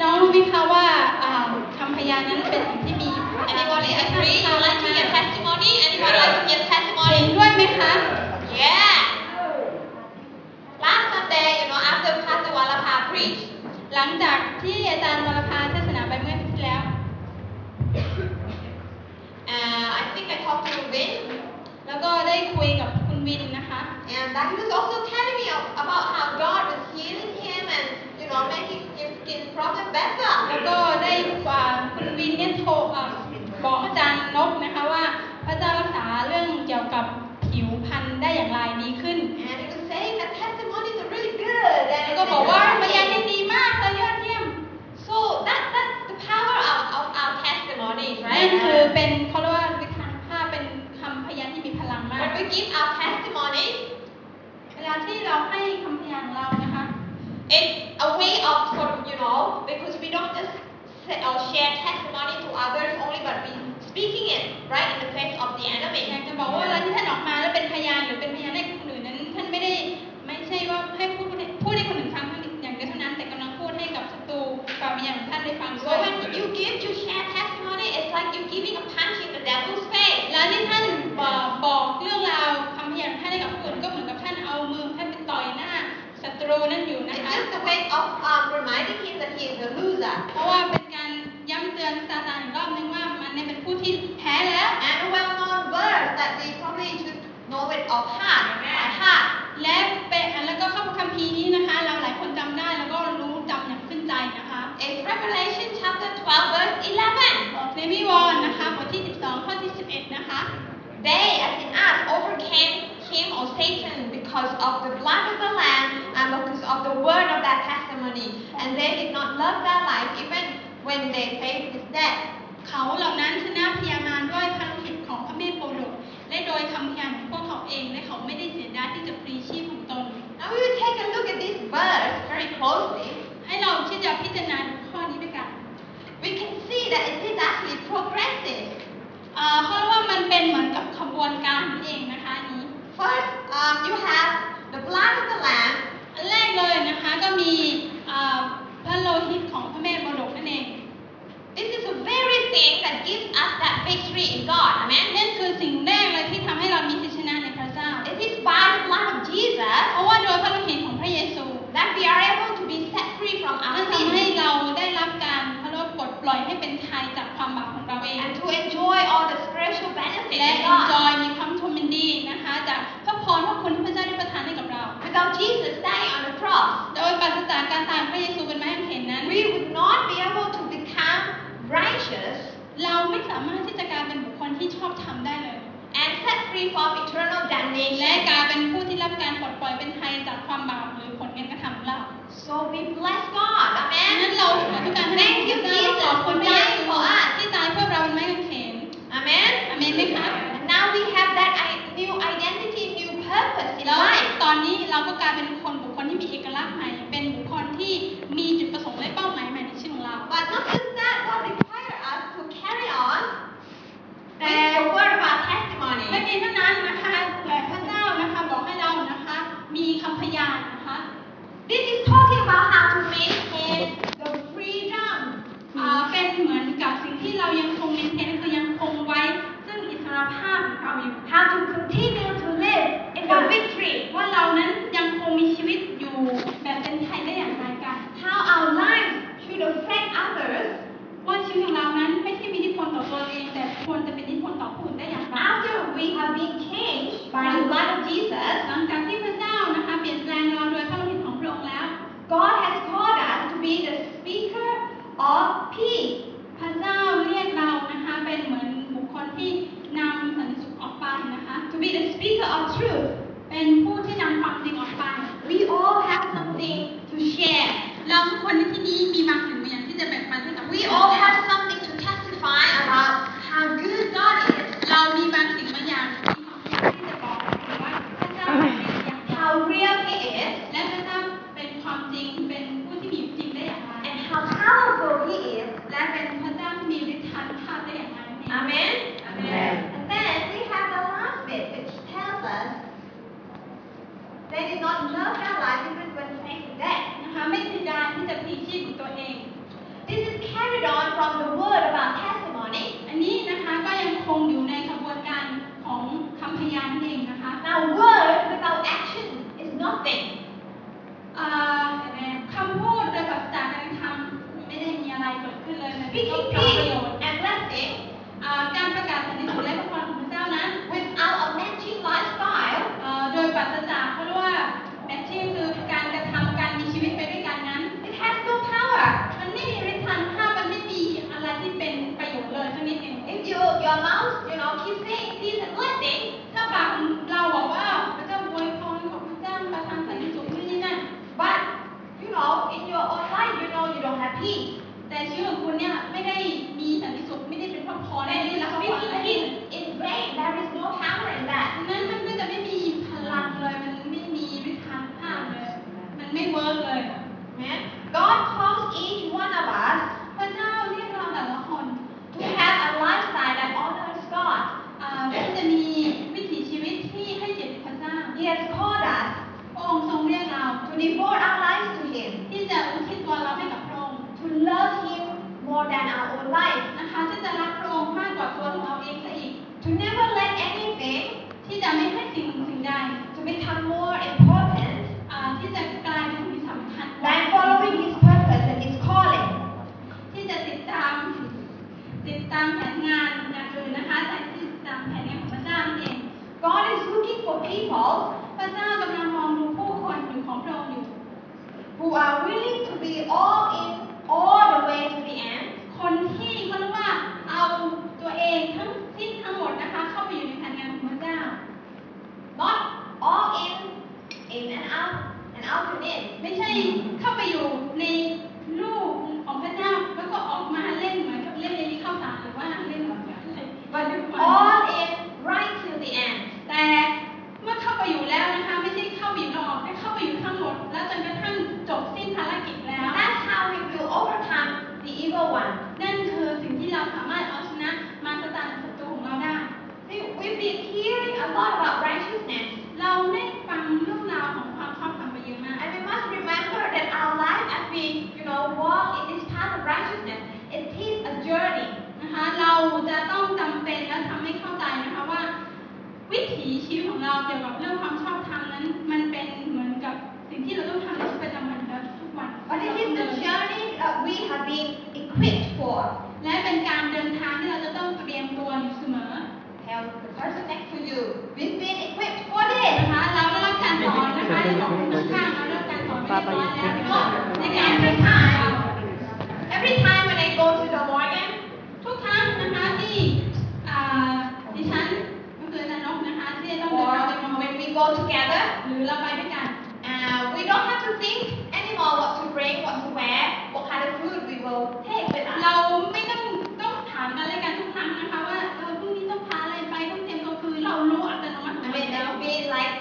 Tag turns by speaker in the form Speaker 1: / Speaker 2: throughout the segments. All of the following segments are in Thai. Speaker 1: น้องรู้ไหมคะว่าอ่าคำพยานนั้นเป็นสิ่งที่มี
Speaker 2: Anybody agree? You like to get testimony? Anybody like to get
Speaker 1: เห็น
Speaker 2: testimony?
Speaker 1: ด้วยไหมคะ
Speaker 2: Yeah. Last Sunday, you know, after Pastor Wallapa preached,
Speaker 1: หลังจากที่อาจารย์วรพาเทศนาไปเมื่ออาทิตย์ที่แล้ว
Speaker 2: uh, I think I talked to Vin,
Speaker 1: แล้วก็ได้คุยกับคุณวินนะคะ
Speaker 2: and that he was also telling me of- about how God was healing him and, you know, making his skin problem
Speaker 1: แล้
Speaker 2: better.
Speaker 1: วก็ได้กว่าคุณวินเนี่ยโทรอ่ะบอกอาจารย์นกนะคะว่าพระเจ้ารักษาเรื่องเกี่ยวกับผิวพรรณได้อย่างไรดีขึ้น
Speaker 2: And he was saying that testimonies are really good. And
Speaker 1: แล้ว
Speaker 2: it's
Speaker 1: ก็บอกว่าพยาน
Speaker 2: encouraging.
Speaker 1: นี่ดีมากเลยยอดเยี่ยม
Speaker 2: So that that's the power of, of our testimonies,
Speaker 1: นั่น
Speaker 2: right? Um,
Speaker 1: คือเป็นเขาเรียกว่าวิธานภาพเป็นคำพยานที่มีพลังมาก
Speaker 2: When we give our testimonies,
Speaker 1: เวลาที่เราให้คำพยานเรานะคะ
Speaker 2: it's a way of sort of you know because we don't just say or share testimony to others only, but we speaking it right in the face of the
Speaker 1: อยาก
Speaker 2: enemy.
Speaker 1: จะบอกว่าเวลาที่ท่านออกมาแล้วเป็นพยานหรือเป็นพยานให้คนอื่นนั้นท่านไม่ได้ไม่ใช่ว่าให้พูดให้พูดให้คนอื่นฟังเพียงอย่างเดียวเท่านั้นแต่กำลังพูดให้กับศัตรูความพยานของท่านได้ฟังด้ว
Speaker 2: So
Speaker 1: ย
Speaker 2: when you give, you share testimony. It's like you're giving a punch in the devil's
Speaker 1: เว
Speaker 2: face.
Speaker 1: ลาที่ท่านบอกบอกเรื่องราวคำพยานของท่านให้กับคนอื่นก็เหมือนกับท่านเอามือของท่านไปต่อยหน้าศัตรูนั่นอยู่นะ
Speaker 2: It's
Speaker 1: คะ
Speaker 2: just a way of um, reminding him that he is a loser.
Speaker 1: เพราะว่าเป็นการย้ำเตือนซาตานอีกรอบนึงว่ามันเนี่ยเป็นผู้ที่แพ้แล้ว
Speaker 2: And a well-known verse that we probably should know it off heart, by heart.
Speaker 1: และเป็นแล้วก็ข้อพระคัมภีร์นี้นะคะ เราหลายคนจำได้แล้วก็รู้จำอย่างขึ้นใจนะคะ
Speaker 2: It's Revelation chapter 12, verse 11.
Speaker 1: ในวิวรณ์นะคะบทที่ 12 ข้อที่ 11 นะคะ
Speaker 2: They, as in us, overcame him or Satan because of the blood of the Lamb and because of the word of their testimony. And they did not love their life even when they faced his death.
Speaker 1: เขาเหล่านั้นชนะพยามารด้วยพระโลหิตของพระเมธโปโลและโดยคำพยานของพวกเขาเองและเขาไม่ได้เสียดายที่จะพลีชีพของตน
Speaker 2: Now we will take a look at this verse very closely.
Speaker 1: ให้เราที่จะพิจารณาข้อนี้ด้วยกัน
Speaker 2: We can see that it is actually progressive.
Speaker 1: เอ่อเขาเรียกว่ามันเป็นเหมือนกับขบวนการนั่นเองนะคะอันนี้
Speaker 2: First, um, you have the blood of the Lamb
Speaker 1: อันแรกเลยนะคะก็มีเอ่อพระโลหิตของพระแม่บรกนั่นเอง
Speaker 2: This is the very thing that gives us that victory in God. Amen.
Speaker 1: นั่นคือสิ่งแรกเลยที่ทำให้เรามีชัยชนะในพระเจ้า
Speaker 2: It is by the blood of Jesus
Speaker 1: เพราะว่าโดยพระโลหิตของพระเยซู
Speaker 2: that we are able to be set free from
Speaker 1: มัน
Speaker 2: our
Speaker 1: ทำให้
Speaker 2: sins
Speaker 1: เราได้รับการพระโลดปลดปล่อยให้เป็นไทยจากความบาปของเราเอง
Speaker 2: and to enjoy all the spiritual
Speaker 1: และ
Speaker 2: benefits of
Speaker 1: เอ็นจ
Speaker 2: God.
Speaker 1: อยมีคำชมยินดีนะคะจากพระพรพระคุณที่พระเจ้าได้ประทานให้กับเรา
Speaker 2: Without Jesus dying on the cross,
Speaker 1: โดยปราศจากการตายของพระเยซูเป็นไม้กางเขนนั้น
Speaker 2: we would not be able to become righteous
Speaker 1: เราไม่สามารถที่จะกลายเป็นบุคคลที่ชอบทำได้เลย
Speaker 2: and set free from eternal
Speaker 1: และ
Speaker 2: damnation.
Speaker 1: กลายเป็นผู้ที่รับการปลดปล่อยเป็นไทยจากความบาปหรือผลการกระทำของเรา
Speaker 2: So we bless God.
Speaker 1: ดังนั้น
Speaker 2: Amen.
Speaker 1: เราขอทุกการให้พระเจ้าขอบคุณพระเยซูที่ตายเพื่อเราเป็นไม้กางเขน
Speaker 2: Amen.
Speaker 1: อเมนไหมคะ
Speaker 2: And now we have that i- new identity, new purpose in
Speaker 1: แล้ว
Speaker 2: life.
Speaker 1: ตอนนี้เราก็กลายเป็นคนบุคคลที่มีเอกลักษณ์ใหม่ เป็นบุคคลที่มีจุดประสงค์และเป้าหมายใหม่ในชีวิตของเรา
Speaker 2: But not just that, God requires us to carry on the word of our
Speaker 1: และ
Speaker 2: testimony.
Speaker 1: เพียงเท่านั้นนะคะแต่พระเจ้านะคะบอกให้เรานะคะ มีคำพยานนะคะ
Speaker 2: This is talking about how to maintain the freedom.
Speaker 1: เอ่อเป็นเหมือนกับสิ่งที่เรายังคงมีเทนคือยังคงไว้ ซึ่งอิสรภาพของเราอยู่
Speaker 2: How to continue to live in the victory.
Speaker 1: ว่าเรานั้นยังคงมีชีวิต
Speaker 2: has called us
Speaker 1: พระองค์ทรงเรียกเรา
Speaker 2: to devote our lives to Him,
Speaker 1: ที่จะอุทิศตัวเราให้กับพระองค์
Speaker 2: to love Him more than our own life,
Speaker 1: นะคะที่จะรักพระองค์มากกว่าตัวของเราเองซะอีก
Speaker 2: to never let anything
Speaker 1: ที่จะไม่ให้สิ่งหนึ่งสิ่งใด
Speaker 2: to become more important
Speaker 1: อ่าที่จะกลายเป็นสิ่งที่สำคัญกว่า
Speaker 2: than following His purpose and His calling.
Speaker 1: ที่จะติดตาม ติดตามแผนงานอย่างอื่นนะคะแต่ที่ติดตามแผนงานของพระเจ้านั่นเอง
Speaker 2: God is looking for people
Speaker 1: พระเจ้ากำลังมองดูผู้คนอยู่ของพระองค์อยู่
Speaker 2: who are willing to be all in, all the way to the end.
Speaker 1: คนที่เขาเรียกว่าเอาตัวเองทั้งสิ้นทั้งหมดนะคะเข้าไปอยู่ในแผนงานของพระเจ้า
Speaker 2: Not all in, in and out, and out and in.
Speaker 1: ไม่ใช่เข้าไปอยู่ในลูกของพระเจ้าแล้วก็ออกมาเล่นเหมือนกับเล่นในข้าวสารหรือว่าเล่นแบบอะไรวันนี้วัน
Speaker 2: All in right till the end.
Speaker 1: แต่เมื่อเข้าไปอยู่แล้วนะคะ ไม่ใช่เข้าไปอยู่นอกแต่เข้าไปอยู่ทั้งหมด แล้วจนกระทั่งจบสิ้นภารกิจแล้ว
Speaker 2: That's how we will overcome the evil one.
Speaker 1: นั่นคือสิ่งที่เราสามารถเอาชนะมารซาตานศัตรูของเราได้
Speaker 2: We, we've been hearing a lot about righteousness,
Speaker 1: เราได้ฟังเรื่องราวของความชอบธรรมมาเยอะมาก
Speaker 2: and we must remember that our life, as we, you know, walk in this path of righteousness, it is a journey.
Speaker 1: นะคะเราจะต้องจำเป็นและทำให้เข้าใจนะคะว่า วิถีชีวิตของเราเกี่ยวกับเรื่องความชอบธรรมนั้น มันเป็นเหมือนกับสิ่งที่เราต้องทำในชีวิตประจำวันแล้วทุกวัน
Speaker 2: But it is the journey that we have been equipped for.
Speaker 1: และเป็นการเดินทางที่เราจะต้องเตรียมตัวอยู่เสมอ
Speaker 2: Tell the person next to you, we've been equipped for this.
Speaker 1: นะคะเราได้รับการสอนนะคะในของคุณข้างๆเราได้รับการสอนไปเรียบร้อยแล้วก็ในการเดินทางเรา
Speaker 2: Every time when I go to the Morgan,
Speaker 1: ทุกครั้งนะคะที่อ่าดิฉันก็คืออาจารย์นกนะคะที่จะต้องเดิน
Speaker 2: or
Speaker 1: ทางไปมองเว
Speaker 2: when we go together,
Speaker 1: หรือเราไปด้วยกัน
Speaker 2: uh, we don't have to think anymore what to bring, what to wear, what kind of food we will take with us.
Speaker 1: เราไม่ต้องต้องถามกันและกันทุกครั้งนะคะว่าเออพรุ่งนี้ต้องพาอะไรไปต้องเตรียมตัวคือเรารู้อัตโนมัติข
Speaker 2: I
Speaker 1: องเรา
Speaker 2: mean,
Speaker 1: แล้ว
Speaker 2: it's been like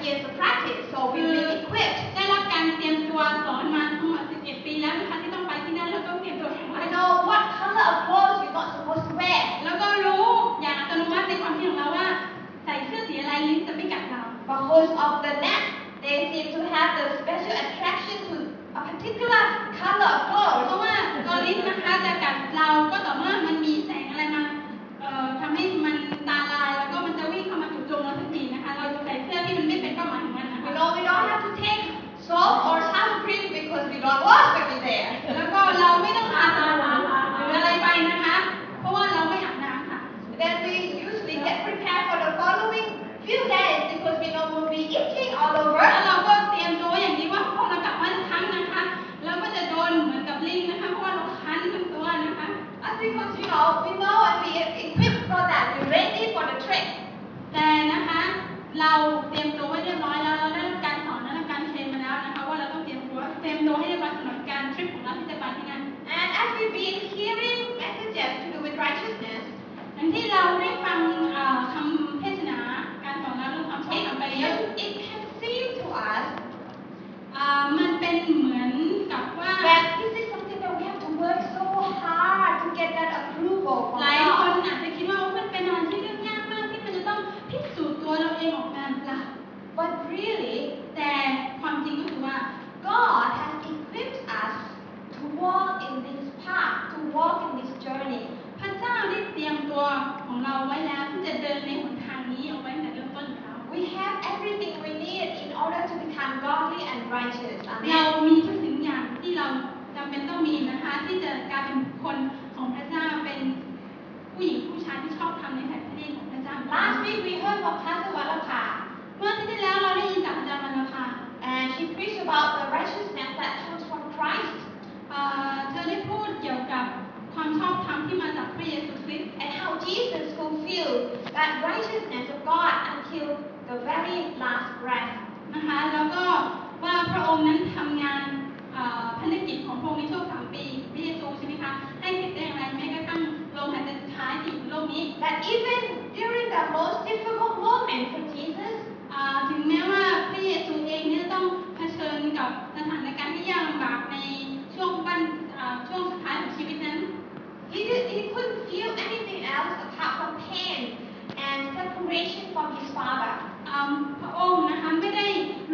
Speaker 2: 10, 11 years of practice, so we've been
Speaker 1: Mm.
Speaker 2: equipped.
Speaker 1: ได้รับการเตรียมตัวสอนมาทั้งหมด 11 ปีแล้วนะคะที่ต้องไปที่นั่นแล้วก็เตรียมตัวแข็งแร
Speaker 2: We
Speaker 1: ง
Speaker 2: know what color of clothes we're not supposed to wear.
Speaker 1: แล้วก็รู้อย่างอัตโนมัติในความคิดของเราว่า ใส่เสื้อสีอะไรลิ้นจะไม่กัดเรา
Speaker 2: Because of the net, they seem to have the special attraction to a particular color of
Speaker 1: เพ
Speaker 2: clothes.
Speaker 1: ราะว่าตัวลิ้นนะคะจะกัดเราก็ต่อเมื่อมันมีแสงอะไรมาเอ่อทำให้มันตาลายแล้วก็มันจะวิ่งเข้ามาจุดจงเราทันทีนะคะ เราจะใส่เสื้อที่มันไม่เป็นเป้าหมายของมันนะคะ
Speaker 2: You know, we don't have to take soap or sunscreen because we don't wash when we're there.
Speaker 1: แล้วก็เราไม่ต้องทาตาหรืออะไรไปนะคะ เพราะว่าเราไม่อาบน้ำค่ะ
Speaker 2: Then we usually get prepared for the following few days because we know we'll be itching all
Speaker 1: แล้ว
Speaker 2: over.
Speaker 1: เราก็เตรียมตัวอย่างนี้ว่าพอเรากลับบ้านอีกครั้งนะคะ เราก็จะโดนเหมือนกับลิงนะคะ เพราะว่าเราคันทั้งตัวนะคะ
Speaker 2: That's because you know we know and we are equipped for that. We're ready for the trip.
Speaker 1: แต่นะคะ เราเตรียมตัวไว้เรียบร้อยแล้วเราได้รับการสอนและได้รับการเทรนมาแล้วนะคะ ว่าเราต้องเตรียมตัวเตรียมตัวให้เรียบร้อยสำหรับการทริปของเราที่จะไปที่นั่น
Speaker 2: And as we've been hearing messages to do with righteousness,
Speaker 1: อย่างที่เราได้ฟังเอ่อคำเทศนาการสอนเราเรื่องความชอบธรรมไปเยอะ
Speaker 2: it, it can seem to us
Speaker 1: อ่ามันเป็นเหมือนกับว่า
Speaker 2: that this is something that we have to work so hard to get that approval
Speaker 1: ห
Speaker 2: from
Speaker 1: ลายคน
Speaker 2: God.
Speaker 1: อาจจะคิดว่ามันเป็นอะไรที่เรื่องยากมากที่มันจะต้องพิสูจน์ตัวเราเองออกมาเปล่า
Speaker 2: But really,
Speaker 1: แต่ความจริงก็คือว่า
Speaker 2: God has equipped us to walk in this path, to walk in this journey.
Speaker 1: พระเจ้าได้เตรียมตัวของเราไว้แล้วที่จะเดินในหนทางนี้เอาไว้ตั้งแต่เริ่มต้นแล้ว
Speaker 2: We have everything we need in order to become godly and righteous.
Speaker 1: เรา
Speaker 2: Amen.
Speaker 1: มีทุกสิ่งอย่างที่เราจำเป็นต้องมีนะคะ ที่จะกลายเป็นบุคคนของพระเจ้าเป็นผู้หญิงผู้ชายที่ชอบทำในแผ่นดินของพระเจ้า
Speaker 2: Last week we heard from Pastor Wallapa,
Speaker 1: เมื่ออาที่ที่แล้วเราได้ยินจากอาจารย์วรรณภา
Speaker 2: and she preached about the righteousness that comes from Christ
Speaker 1: เอ่อเธอได้พูดเกี่ยวกับความชอบธรรมที่มาจากพระเยซูคริสต์
Speaker 2: and how Jesus fulfilled that righteousness of God until the very last breath.
Speaker 1: นะคะแล้วก็ว่าพระองค์นั้นทำงานเอ่อพันธกิจของพระองค์ในช่วงสามปีพระเยซูใช่ไหมคะให้เสร็จได้อย่างไรแม้กระทั่งลมหายใจสุดท้ายที่อยู่บนโลกนี้
Speaker 2: That even during the most difficult moment for Jesus,
Speaker 1: อ่าถึงแม้ว่าพระเยซูเองเนี่ยต้องเผชิญกับสถานการณ์ที่ยากลำบากในช่วงบั้นอ่าช่วงสุดท้ายของชีวิตนั้น
Speaker 2: He, did, he couldn't feel anything else apart from pain and separation from his father.
Speaker 1: อ่าพระองค์น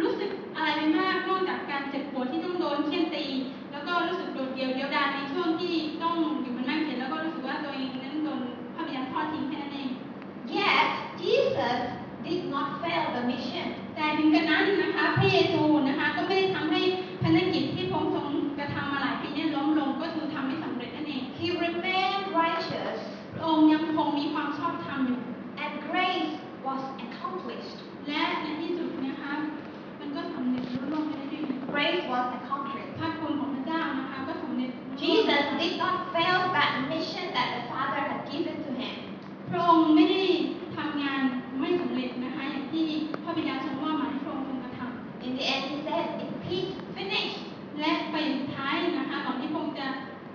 Speaker 1: ถึงกระนั้นนะคะ พระเยซูนะคะก็ไม่ได้ทำให้ภารกิจที่พระองค์ทรงกระทำมาหลายปีเนี่ยล้มลงก็คือทำให้สำเร็จนั่นเอง
Speaker 2: He remained righteous
Speaker 1: พระองค์ยังคงมีความชอบธรรมอยู่
Speaker 2: and grace was accomplished.
Speaker 1: และในที่สุดนะคะมันก็สำเร็จรุ่ล่วงไปได้ด้วยดี
Speaker 2: Grace was accomplished.
Speaker 1: พระคุณของพระเจ้านะคะก็สำเร็จรุ่งโรจ
Speaker 2: Jesus
Speaker 1: น์
Speaker 2: did not fail that mission that the Father had given to him.
Speaker 1: พระองค์ไม่ได้ทำงานไม่สำเร็จนะคะอย่างที่พระบิดาทรงว่าหมายพระองค์ทรงกระทำ
Speaker 2: In the end, he said, "In peace, finished."
Speaker 1: และไปสุดท้ายนะคะก่อนที่พระองค์จะ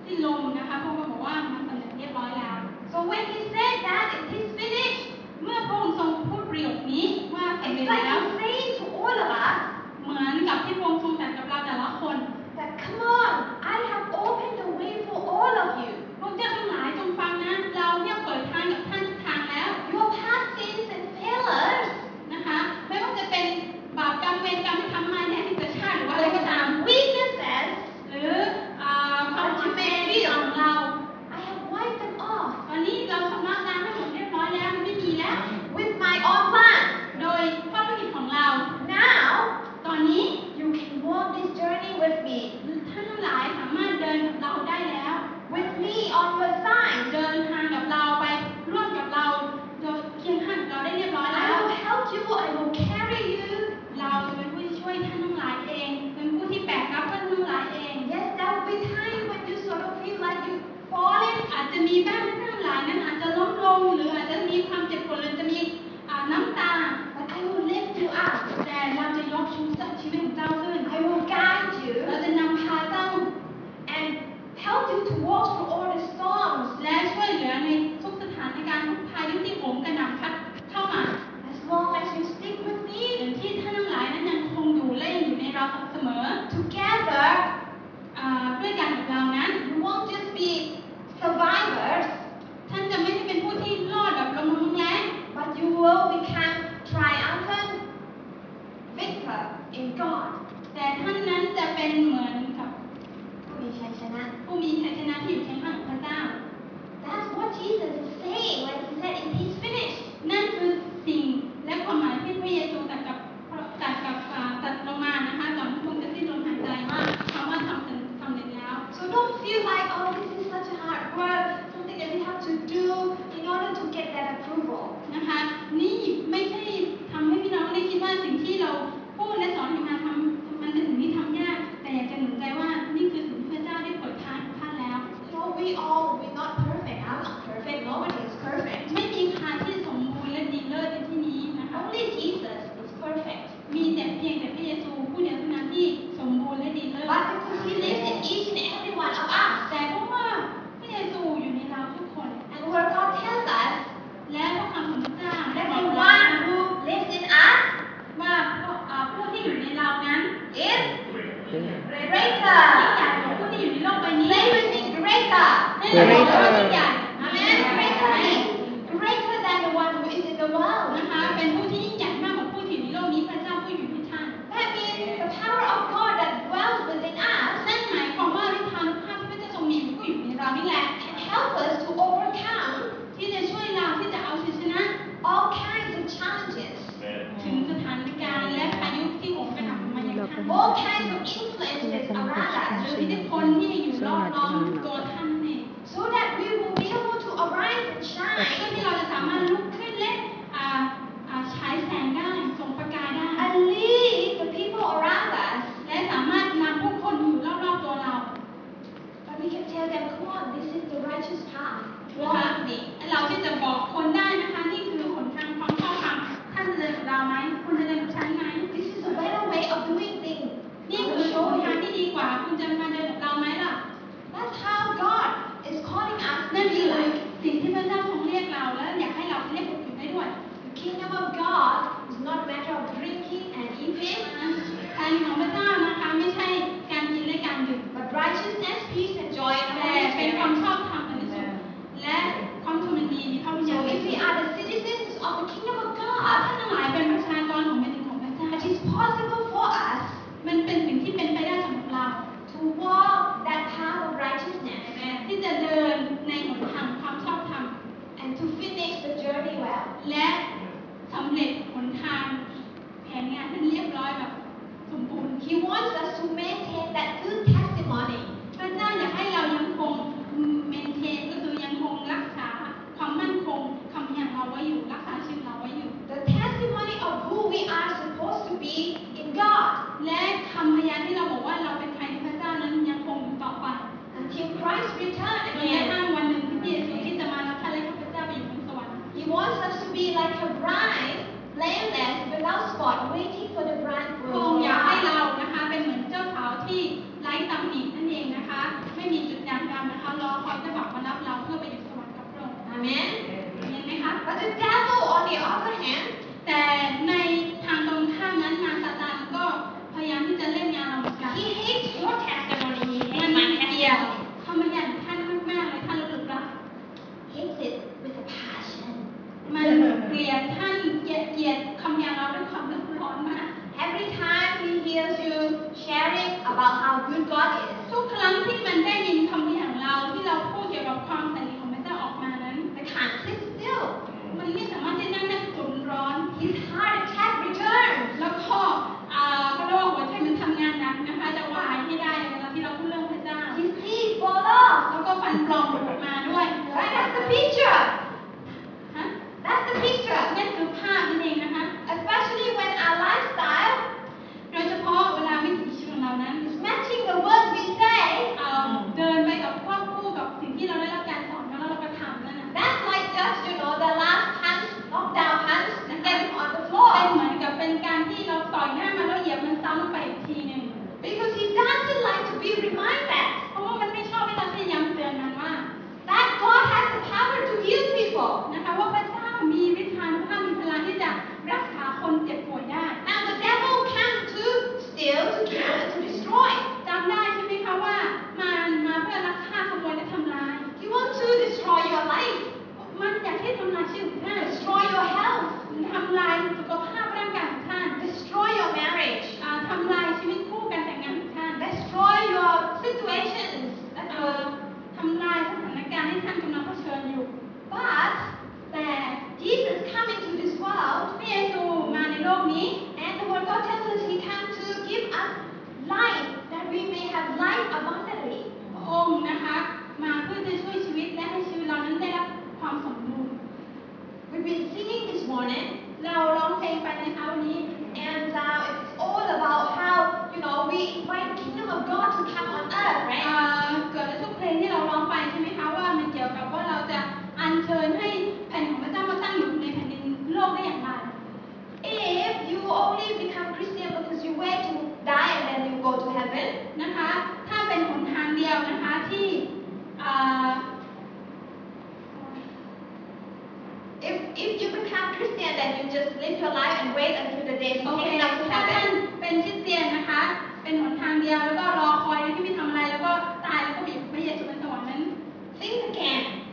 Speaker 1: สิ้นลมนะคะพระองค์บอกว่ามันสำเร็จเรียบร้อยแล้ว
Speaker 2: So when he said that, "It is finished,"
Speaker 1: เมื่อพระองค์ทรงพูดประโยคนี้ว่าสำเร็
Speaker 2: it's
Speaker 1: จแล้ว
Speaker 2: like he's saying to all of us
Speaker 1: เหมือนกับที่พระองค์ทรงตรัสกับเราแต่ละคน
Speaker 2: that, "Come on, I have opened the way for all of you.
Speaker 1: พระเจ้าทั้งหลายจงฟังนะ เราเนี่ยเปิดทางกับท่านทุกทางแล้ว
Speaker 2: Your past sins and failures,
Speaker 1: นะคะ ไม่ว่าจะเป็นบาปกรรมเวรกรรมที่ทำมาในอดีตชาติหรือว่าอะไรก็ตาม
Speaker 2: your weaknesses,
Speaker 1: หรืออ่าความผิดพลาดที่ของเรา
Speaker 2: I have wiped them off
Speaker 1: ตอนนี้เราชำระล้างให้หมดเรียบร้อยแล้วมันไม่มีแล้ว
Speaker 2: with my own blood.
Speaker 1: โดยข้อผิดของเรา
Speaker 2: Now
Speaker 1: ตอนนี้
Speaker 2: you can walk this journey with me,
Speaker 1: ท่านทั้งหลายสามารถเดินกับเราได้แล้ว
Speaker 2: with me on your side.
Speaker 1: เดินทางกับเราไปร่วมกับเราโดยเคียงข้างกับเราได้เรียบร้อยแล้
Speaker 2: I
Speaker 1: ว
Speaker 2: will help you. I will carry you.
Speaker 1: เราจะเป็นผู้ที่ช่วยท่านทั้งหลายเองเป็นผู้ที่แบกรับท่านทั้งหลายเอง
Speaker 2: Yes, there will be time when you sort of feel like you falling
Speaker 1: อาจจะมีบ้างที่ท่านทั้งหลายนั้นอาจจะล้มลงหรืออาจจะมีความเจ็บปวดหรือจะมีอ่าน้ำตา
Speaker 2: But I will lift you up.
Speaker 1: แต่เราจะยกชูชีวิตของเจ้าขึ้น
Speaker 2: I will guide
Speaker 1: เรา
Speaker 2: you
Speaker 1: จะนำพาเจ้า
Speaker 2: and help you to walk through all the storms
Speaker 1: และช่วยเหลือในทุกสถานการณ์ทุกพายุที่โหมกระหน่ำพัดเข้ามา
Speaker 2: as long as you stick with
Speaker 1: ที่
Speaker 2: me.
Speaker 1: ที่ท่านทั้งหลายนั้นยังคงอยู่และยังอยู่ในเราเสมอ
Speaker 2: Together,
Speaker 1: อ่าด้วยกันกับเรานั้น
Speaker 2: you won't just be survivors,
Speaker 1: ท่านจะไม่ได้เป็นผู้ที่รอดแบบลมลุกแรง
Speaker 2: but you will become triumphant victor in God.
Speaker 1: แต่ท่านนั้นจะเป็นเหมือนกับ
Speaker 2: ผู้มีชัยชนะ
Speaker 1: ผู้มีชัยชนะที่อยู่เคียงข้างของพระเจ้า
Speaker 2: That's what Jesus is saying when he said it is finished.
Speaker 1: นั่นคือสิ่งและความหมายที่พระเยซูตรัสกับพระตรัสกับอ่าตรัสลงมานะคะก่อนที่พระองค์จะสิ้นลมหายใจว่าคำว่าทำเสร็จทำเสร็จแล้ว
Speaker 2: So don't feel like, oh, this is such a hard work, something that we have to do in order to get that approval.
Speaker 1: นะคะนี่ไม่ใช่ทำให้พี่น้องได้คิดว่าสิ่งที่เราพูดและสอนกันมาทำมันเป็นสิ่งที่ทำยาก แต่อยากจะหนุนใจว่านี่คือสิ่งที่พระเจ้าได้เปิดทางให้ท่านแล้ว
Speaker 2: You know, we all, we're not perfect. I'm not perfect. Nobody is perfect.
Speaker 1: ไม่มีใครที่สมบูรณ์และดีเลิศในที่นี้นะคะ
Speaker 2: Only Jesus is perfect.
Speaker 1: มีแต่เพียงแต่พระเยซูผู้เดียวเท่านั้นที่สมบูรณ์และดีเลิ
Speaker 2: But
Speaker 1: ศ
Speaker 2: because He lives in each and every one of us.
Speaker 1: แต่เพราะว่าพระเยซูอยู่ในเราทุกคน
Speaker 2: And what God tells us,
Speaker 1: และพระคำของพระเจ้าได้
Speaker 2: that
Speaker 1: บอ
Speaker 2: the
Speaker 1: กเรา
Speaker 2: one who lives in us
Speaker 1: ว่าพวกอ่าผู้ที่อยู่ในเรานั้น
Speaker 2: is
Speaker 3: 对
Speaker 1: ยิ่งใหญ่
Speaker 2: greater.
Speaker 1: กว่าผู้ที่อยู่ในโลกใบนี้
Speaker 2: Say with me, greater.
Speaker 1: นั่นหมายความว่ายิ่งใหญ่
Speaker 2: Amen. Greater. Greater than the one who is in the
Speaker 1: เรา
Speaker 2: world.
Speaker 1: นะคะ เป็นผู้ที่ยิ่งใหญ่มากกว่าผู้ที่อยู่ในโลกนี้พระเจ้าผู้อยู่ในท่าน
Speaker 2: That means the power of God that dwells within us
Speaker 1: นั่นหมายความว่าฤทธานุภาพที่พระเจ้าทรงมีอยู่ผู้อยู่ในเรานี่แหละ
Speaker 2: can help us to overcome
Speaker 1: ที่จะช่วยเราที่จะเอาชัยชนะ
Speaker 2: all kinds of challenges.
Speaker 1: ถึงสถานการณ์และพายุที่โหมกระหน่ำมาอย่างท่าน
Speaker 2: all kinds of influences around
Speaker 1: หรือ
Speaker 2: us
Speaker 1: อิทธิพลที่อยู่รอบล้อมตัวท่านเอง
Speaker 2: so that
Speaker 1: Uh-huh. Oh,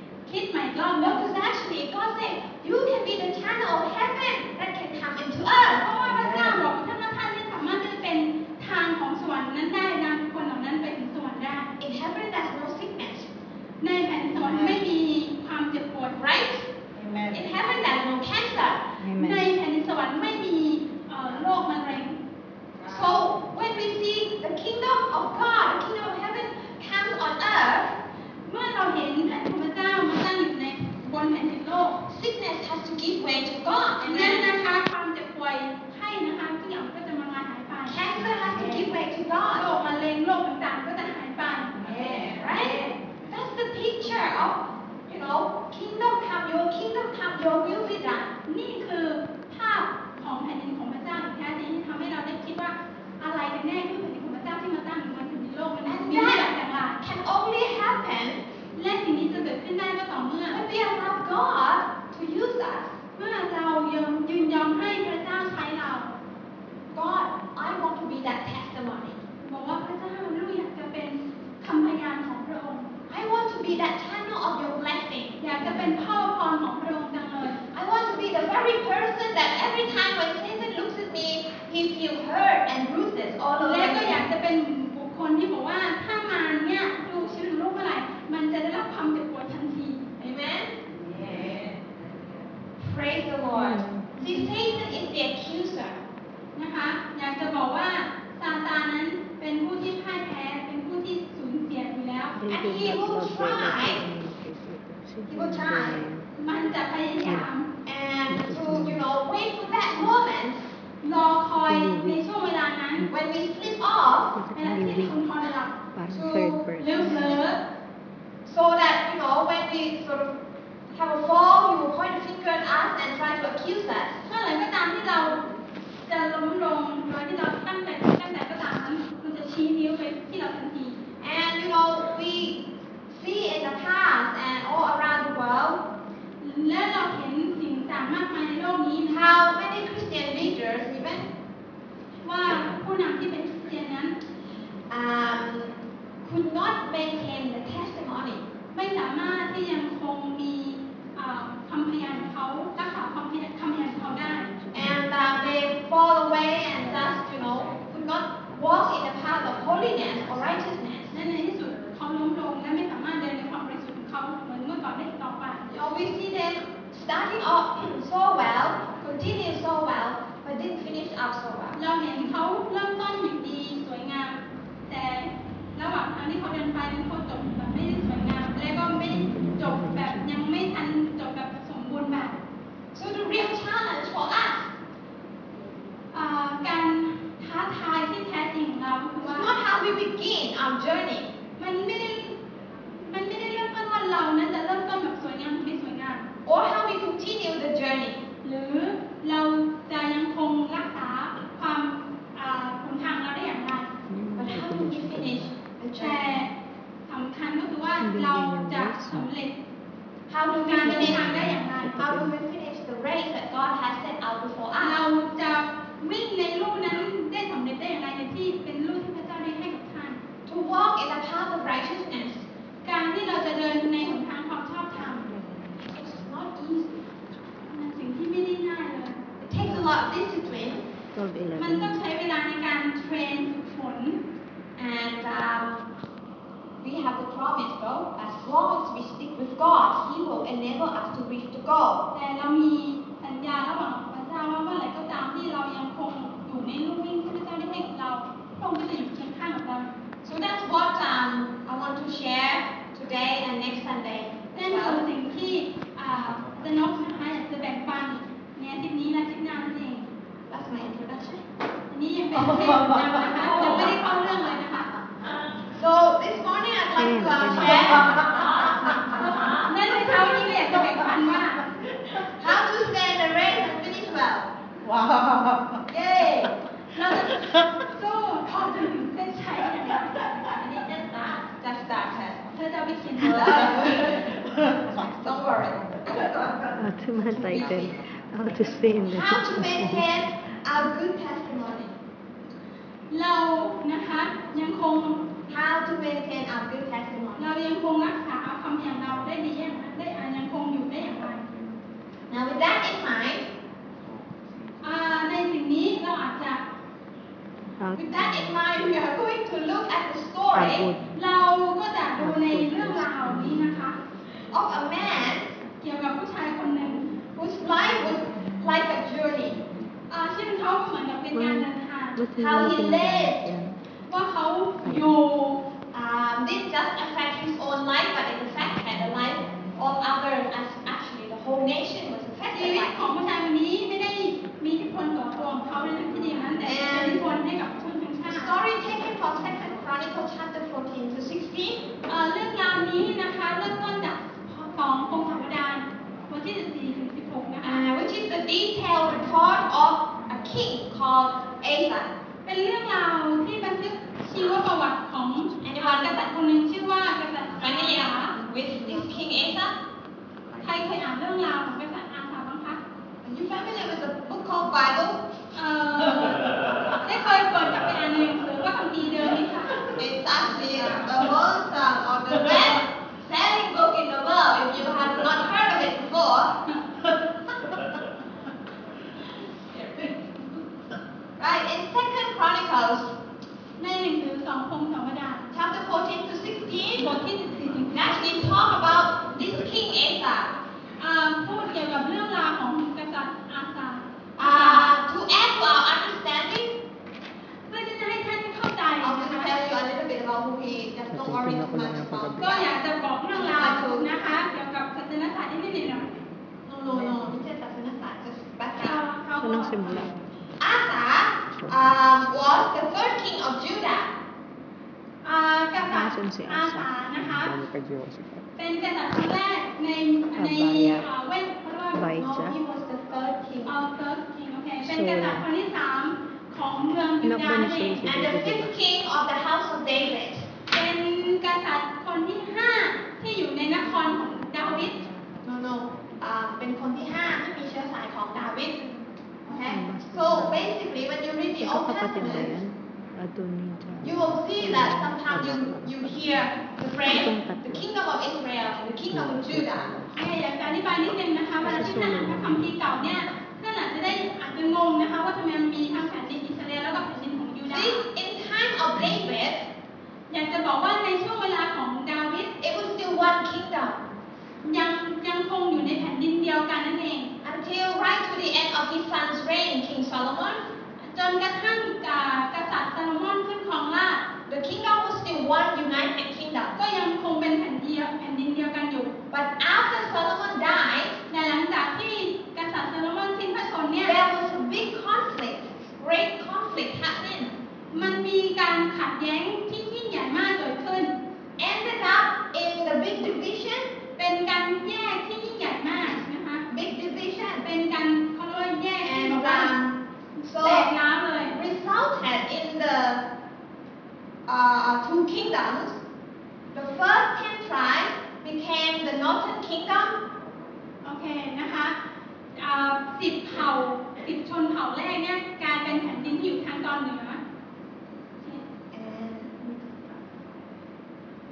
Speaker 2: uh, we allow God to use us,
Speaker 1: เมื่อเรายอมยืนยอมให้พระเจ้าใช้เรา
Speaker 2: God, I want to be that testimony.
Speaker 1: บอกว่าพระเจ้าลูกอยากจะเป็นคำพยานของพระองค์
Speaker 2: I want to be that channel of your blessing.
Speaker 1: อยากจะเป็นพ่อพรของพระองค์จังเลย
Speaker 2: I want to be the very person that every time when Satan looks at me, he feels hurt and bruises all
Speaker 1: และ
Speaker 2: over
Speaker 1: ก็อยาก
Speaker 2: again.
Speaker 1: จะเป็นบุคคลที่บอกว่าถ้ามารเนี่ยดูชีวิตของลูกเมื่อไหร่มันจะได้รับความเจ็บปวดทันที
Speaker 2: Amen? Praise the Lord. See, Satan is the accuser.
Speaker 1: นะคะ อยากจะบอกว่าซาตานนั้นเป็นผู้ที่พ่ายแพ้เป็นผู้ที่สูญเสียอยู่แล้ว
Speaker 2: And he will try, he will try,
Speaker 1: มันจะพยายาม
Speaker 2: and to, you know, wait for that moment
Speaker 1: รอคอยในช่วงเวลานั้น
Speaker 2: when we slip off
Speaker 1: เวลาที่คุณพรหลับ
Speaker 3: Parang third
Speaker 1: เลิก
Speaker 3: person.
Speaker 1: เลิก
Speaker 2: so that, you know, when we sort of have a fall, he will point a finger at us and try to accuse us.
Speaker 1: เมื่อไหร่ก็ตามที่เราจะล้มลงโดยที่เราตั้งแต่ตั้งแต่ก็ตามนั้นมันจะชี้นิ้วไปที่เราทันที
Speaker 2: And you know, we see in the past and all around the world
Speaker 1: และเราเห็นสิ่งต่างมากมายในโลกนี้นะคะ
Speaker 2: how many Christian leaders even
Speaker 1: ว่าผู้นำที่เป็นคริสเตียนนั้น
Speaker 2: um, could not maintain the testimony.
Speaker 1: ไม่สามารถที่ยังคงมีเอ่อคำพยานเขารักษาความพยานคำพยานเขาได้
Speaker 2: And uh, they fall away and thus, you know, could not walk in the path of holiness or righteousness.
Speaker 1: และในที่สุดเขาล้มลงและไม่สามารถเดินในความบริสุทธิ์ของเขาเหมือนเมื่อก่อนได้อีกต่อไป
Speaker 2: You know, we see them starting off so well, continue so well, but didn't finish up so well.
Speaker 1: เราเห็นเขาเริ่มต้นอย่างดีสวยงาม แต่ระหว่างทางที่เขาเดินไปนั้นเขาจบแบบไม่ได้สวยงาม และก็ไม่ได้จบแบบยังไม่ทันจบแบบสมบูรณ์แบบ
Speaker 2: So the real challenge for us
Speaker 1: เอ่อการท้าทายที่แท้จริงของเราก็คือ
Speaker 2: is
Speaker 1: ว่า
Speaker 2: not how we begin our journey.
Speaker 1: มันไม่ได้ มันไม่ได้เริ่มต้นว่าเรานั้นจะเริ่มต้นแบบสวยงามหรือไม่สวยงาม
Speaker 2: or how we continue the journey.
Speaker 1: หรือเราจะยังคงรักษาความอ่าหนทางเราได้อย่างไร
Speaker 2: But how do we finish the
Speaker 1: แต่
Speaker 2: journey?
Speaker 1: สำคัญก็คือว่าเราจะสำเร็จ
Speaker 2: How do we
Speaker 1: การเดิน
Speaker 2: finish
Speaker 1: ทางได้อย่างไร
Speaker 2: How do we finish the race that God has set out before
Speaker 1: เรา
Speaker 2: us?
Speaker 1: จะวิ่งในลู่นั้นได้สำเร็จได้อย่างไรในที่เป็นลู่ที่พระเจ้าได้ให้กับท่าน
Speaker 2: To walk in the path of righteousness,
Speaker 1: การที่เราจะเดินในหนทางความชอบธรรม
Speaker 2: it's not easy.
Speaker 1: มันสิ่งที่ไม่ได้ง่ายเลย
Speaker 2: It takes a lot of discipline
Speaker 3: 12,
Speaker 1: มันต้อง
Speaker 3: 11.
Speaker 1: ใช้เวลาในการเทรนฝึกฝน
Speaker 2: and um, we have the promise though, as long as we stick with God, He will enable us to reach the goal.
Speaker 1: แต่เรามีสัญญาระหว่างกับพระเจ้าว่าเมื่อไหร่ก็ตามที่เรายังคงอยู่ในลู่วิ่งที่พระเจ้าได้ให้กับเราพระองค์ก็จะอยู่เคียงข้างกับเรา
Speaker 2: So that's what um, I want to share today and next Sunday.
Speaker 1: นั่นคือสิ่งที่อ่าจะนกนะคะอยากจะแบ่งปันในอาทิตย์นี้และอาทิตย์หน้านั่นเอง
Speaker 2: That's my introduction.
Speaker 1: อันนี้ยังเป็นแค่นำนะคะยังไม่ได้เข้าเรื่องเลยนะคะ
Speaker 2: So this morning I'd like to uh, share
Speaker 1: นั่นคือเช้านี้ก็อยากจะแบ่งปันว่า
Speaker 2: how to stay in the race and finish well. Wow. Yay.
Speaker 1: เราจะสู้พอจะถึงเส้นชัยอย่างไร
Speaker 2: Just start. Just start. Tess.
Speaker 1: เธอจะเอาไปเขียน
Speaker 2: Don't worry.
Speaker 3: Uh, two months later, I'll just stay in
Speaker 2: How to
Speaker 3: the.
Speaker 2: maintain our good testimony.
Speaker 1: เรานะคะยังคง
Speaker 2: How to maintain our good testimony.
Speaker 1: เรายังคงรักษาคำอย่างเราได้ดีอย่างไรได้อ่านยังคงอยู่ได้อย่างไร
Speaker 2: Now with that in mind,
Speaker 1: อ่าในสิ่งนี้เราอาจจะ
Speaker 3: How
Speaker 2: with that in mind, we are going to look at the
Speaker 3: I
Speaker 2: story
Speaker 3: would
Speaker 1: เราก็จะดูในเรื่องราวนี้นะคะ
Speaker 2: of a man
Speaker 1: เกี่ยวกับผู้ชายคนหนึ่ง
Speaker 2: whose life was like a journey.
Speaker 1: อ่าชื่อเขาเหมือนกับเป็นการเดินทาง
Speaker 2: how he lived.
Speaker 3: Yeah.
Speaker 1: ว่าเขาอยู่
Speaker 2: um, didn't just affect his own life, but it affected the life of others. As actually, the whole nation was
Speaker 1: ชี
Speaker 2: affected
Speaker 1: วิ
Speaker 2: by
Speaker 1: ตของ
Speaker 2: him.
Speaker 1: ผู้ชายคนนี้ไม่ได้มีอิทธิพลต่อตัวของเขาในทางที่ดีนั้นแต่เป็นอิทธิพลให้กับชนทั้ง
Speaker 2: The
Speaker 1: ชาติ
Speaker 2: story taken from Second Chronicles chapter 14 to 16.
Speaker 1: เอ่อเรื่องราวนี้นะคะเริ่มต้นจากสององค์ธรรมดาบทที่ 14ถึง16 นะคะ
Speaker 2: uh, which is the detailed report of a king called Asa.
Speaker 1: เป็นเรื่องราวที่บันทึกชีวประวัติของกษัตริย์คนหนึ่งชื่อว่ากษัตริย์
Speaker 2: Familiar with this king Asa?
Speaker 1: ใคร เคยอ่านเรื่องราวของกษัตริย์อาสาบ้างคะ
Speaker 2: Are you familiar with the book called Bible?
Speaker 1: เอ่อได้เคยเปิดกลับไปอ่านในหนังสือว่าคำพีร์เดิมนี่ค่ะ
Speaker 2: It's actually the most uh, or the best selling book in the world. If you have not heard of it before, right? In Second Chronicles
Speaker 1: ในหนังสือสองพงศาวดาร
Speaker 2: chapter 14 to
Speaker 1: บท
Speaker 2: 16,
Speaker 1: ที่14ถึง
Speaker 2: it actually talk about this King Asa.
Speaker 1: อ่าพูดเกี่ยวกับเรื่องราวของกษัตริย์อาสา
Speaker 2: Uh, to add to our understanding,
Speaker 1: เพื่อที่จะให้ท่านเข้าใจ
Speaker 2: I'm
Speaker 1: นะ
Speaker 2: going to
Speaker 1: คะ
Speaker 2: tell you a little bit about who he is. Just don't worry too much about
Speaker 1: ก็อยาก
Speaker 2: that.
Speaker 1: จะบอกเรื่องราวนะคะ เกี่ยวกับศาสนศาสตร์ที่ไม่ดีหน่อย
Speaker 2: No, no, no. It's just a just back
Speaker 1: เขา
Speaker 2: down.
Speaker 1: เขา
Speaker 3: So, nang simula.
Speaker 2: Asa um, was the third king of Judah.
Speaker 1: อ่ากษัตริ
Speaker 3: Nasaan
Speaker 1: ย์
Speaker 3: si
Speaker 1: อา
Speaker 3: Asa?
Speaker 1: สานะคะ
Speaker 4: Ano kay Joseph?
Speaker 1: เป็นกษัตริย์คนแรกในในเอ่อเวทพระราช
Speaker 3: By
Speaker 2: No, he
Speaker 3: Jah.
Speaker 2: was the third king.
Speaker 1: เอาเติร์กคิงโอเค เป็นกษัตริย์คนที่สามของเมืองยูดาห์นั่นเอง
Speaker 2: And the fifth king of the house of David.
Speaker 1: เป็นกษัตริย์คนที่ห้าที่อยู่ในนครของดาวิด
Speaker 2: No, no. Um, อ่าเป็นคนที่ห้าที่มีเชื้อสายของดาวิด Okay?
Speaker 3: อืม
Speaker 2: So basically when you read the
Speaker 3: Ito
Speaker 2: Old
Speaker 3: kapatid ba yan?
Speaker 2: Testament,
Speaker 3: Adonijah.
Speaker 2: you will see that sometimes you you hear the phrase the kingdom of Israel and the kingdom of Judah.
Speaker 1: ไอะอยากจะอธิบายนิดนึงนะคะเวลาที่ท่านอ่านพระคัมภีร์เก่าเนี่ยท่านอาจจะได้อาจจะงงนะคะว่าทำไมมันมีทั้งแผ่นดินอิสราเอลแล้วก็แผ่นดินของยูดา
Speaker 2: See,
Speaker 1: ห์
Speaker 2: in time of David,
Speaker 1: อยากจะบอกว่าในช่วงเวลาของดาวิด
Speaker 2: it was still one kingdom
Speaker 1: ยังยังคงอยู่ในแผ่นดินเดียวกันนั่นเอง
Speaker 2: until right to the end of his son's reign, King Solomon.
Speaker 1: จนกระทั่งกากษัตริย์ซาโลมอนขึ้นครองราชย์
Speaker 2: The kingdom was still one united kingdom.
Speaker 1: ก็ยังคงเป็นแผ่นเดียวแผ่นดินเดียวกันอยู่
Speaker 2: But after Solomon died,
Speaker 1: แต่หลังจากที่กษัตริย์ซาโลมอนสิ้นพระชนม์เนี่ย
Speaker 2: There was a big conflict, great conflict happening.
Speaker 1: มันมีการขัดแย้งที่ยิ่งใหญ่มากเกิดขึ้น
Speaker 2: Ended up in the big division,
Speaker 1: เป็นการแยกที่ยิ่งใหญ่มากนะคะ
Speaker 2: big division,
Speaker 1: เป็นการเขาเรียกว่าแยกที่
Speaker 2: and
Speaker 1: แบบว่า
Speaker 2: um,
Speaker 1: แตก
Speaker 2: so
Speaker 1: ร้าวเลย
Speaker 2: resulted in the uh, two kingdoms. The first ten tribes became the northern kingdom,
Speaker 1: โอเคนะคะอ่าสิบเผ่าสิบชนเผ่าแรกเนี่ยกลายเป็นแผ่นดินที่อยู่ทางตอนเหนือ
Speaker 2: and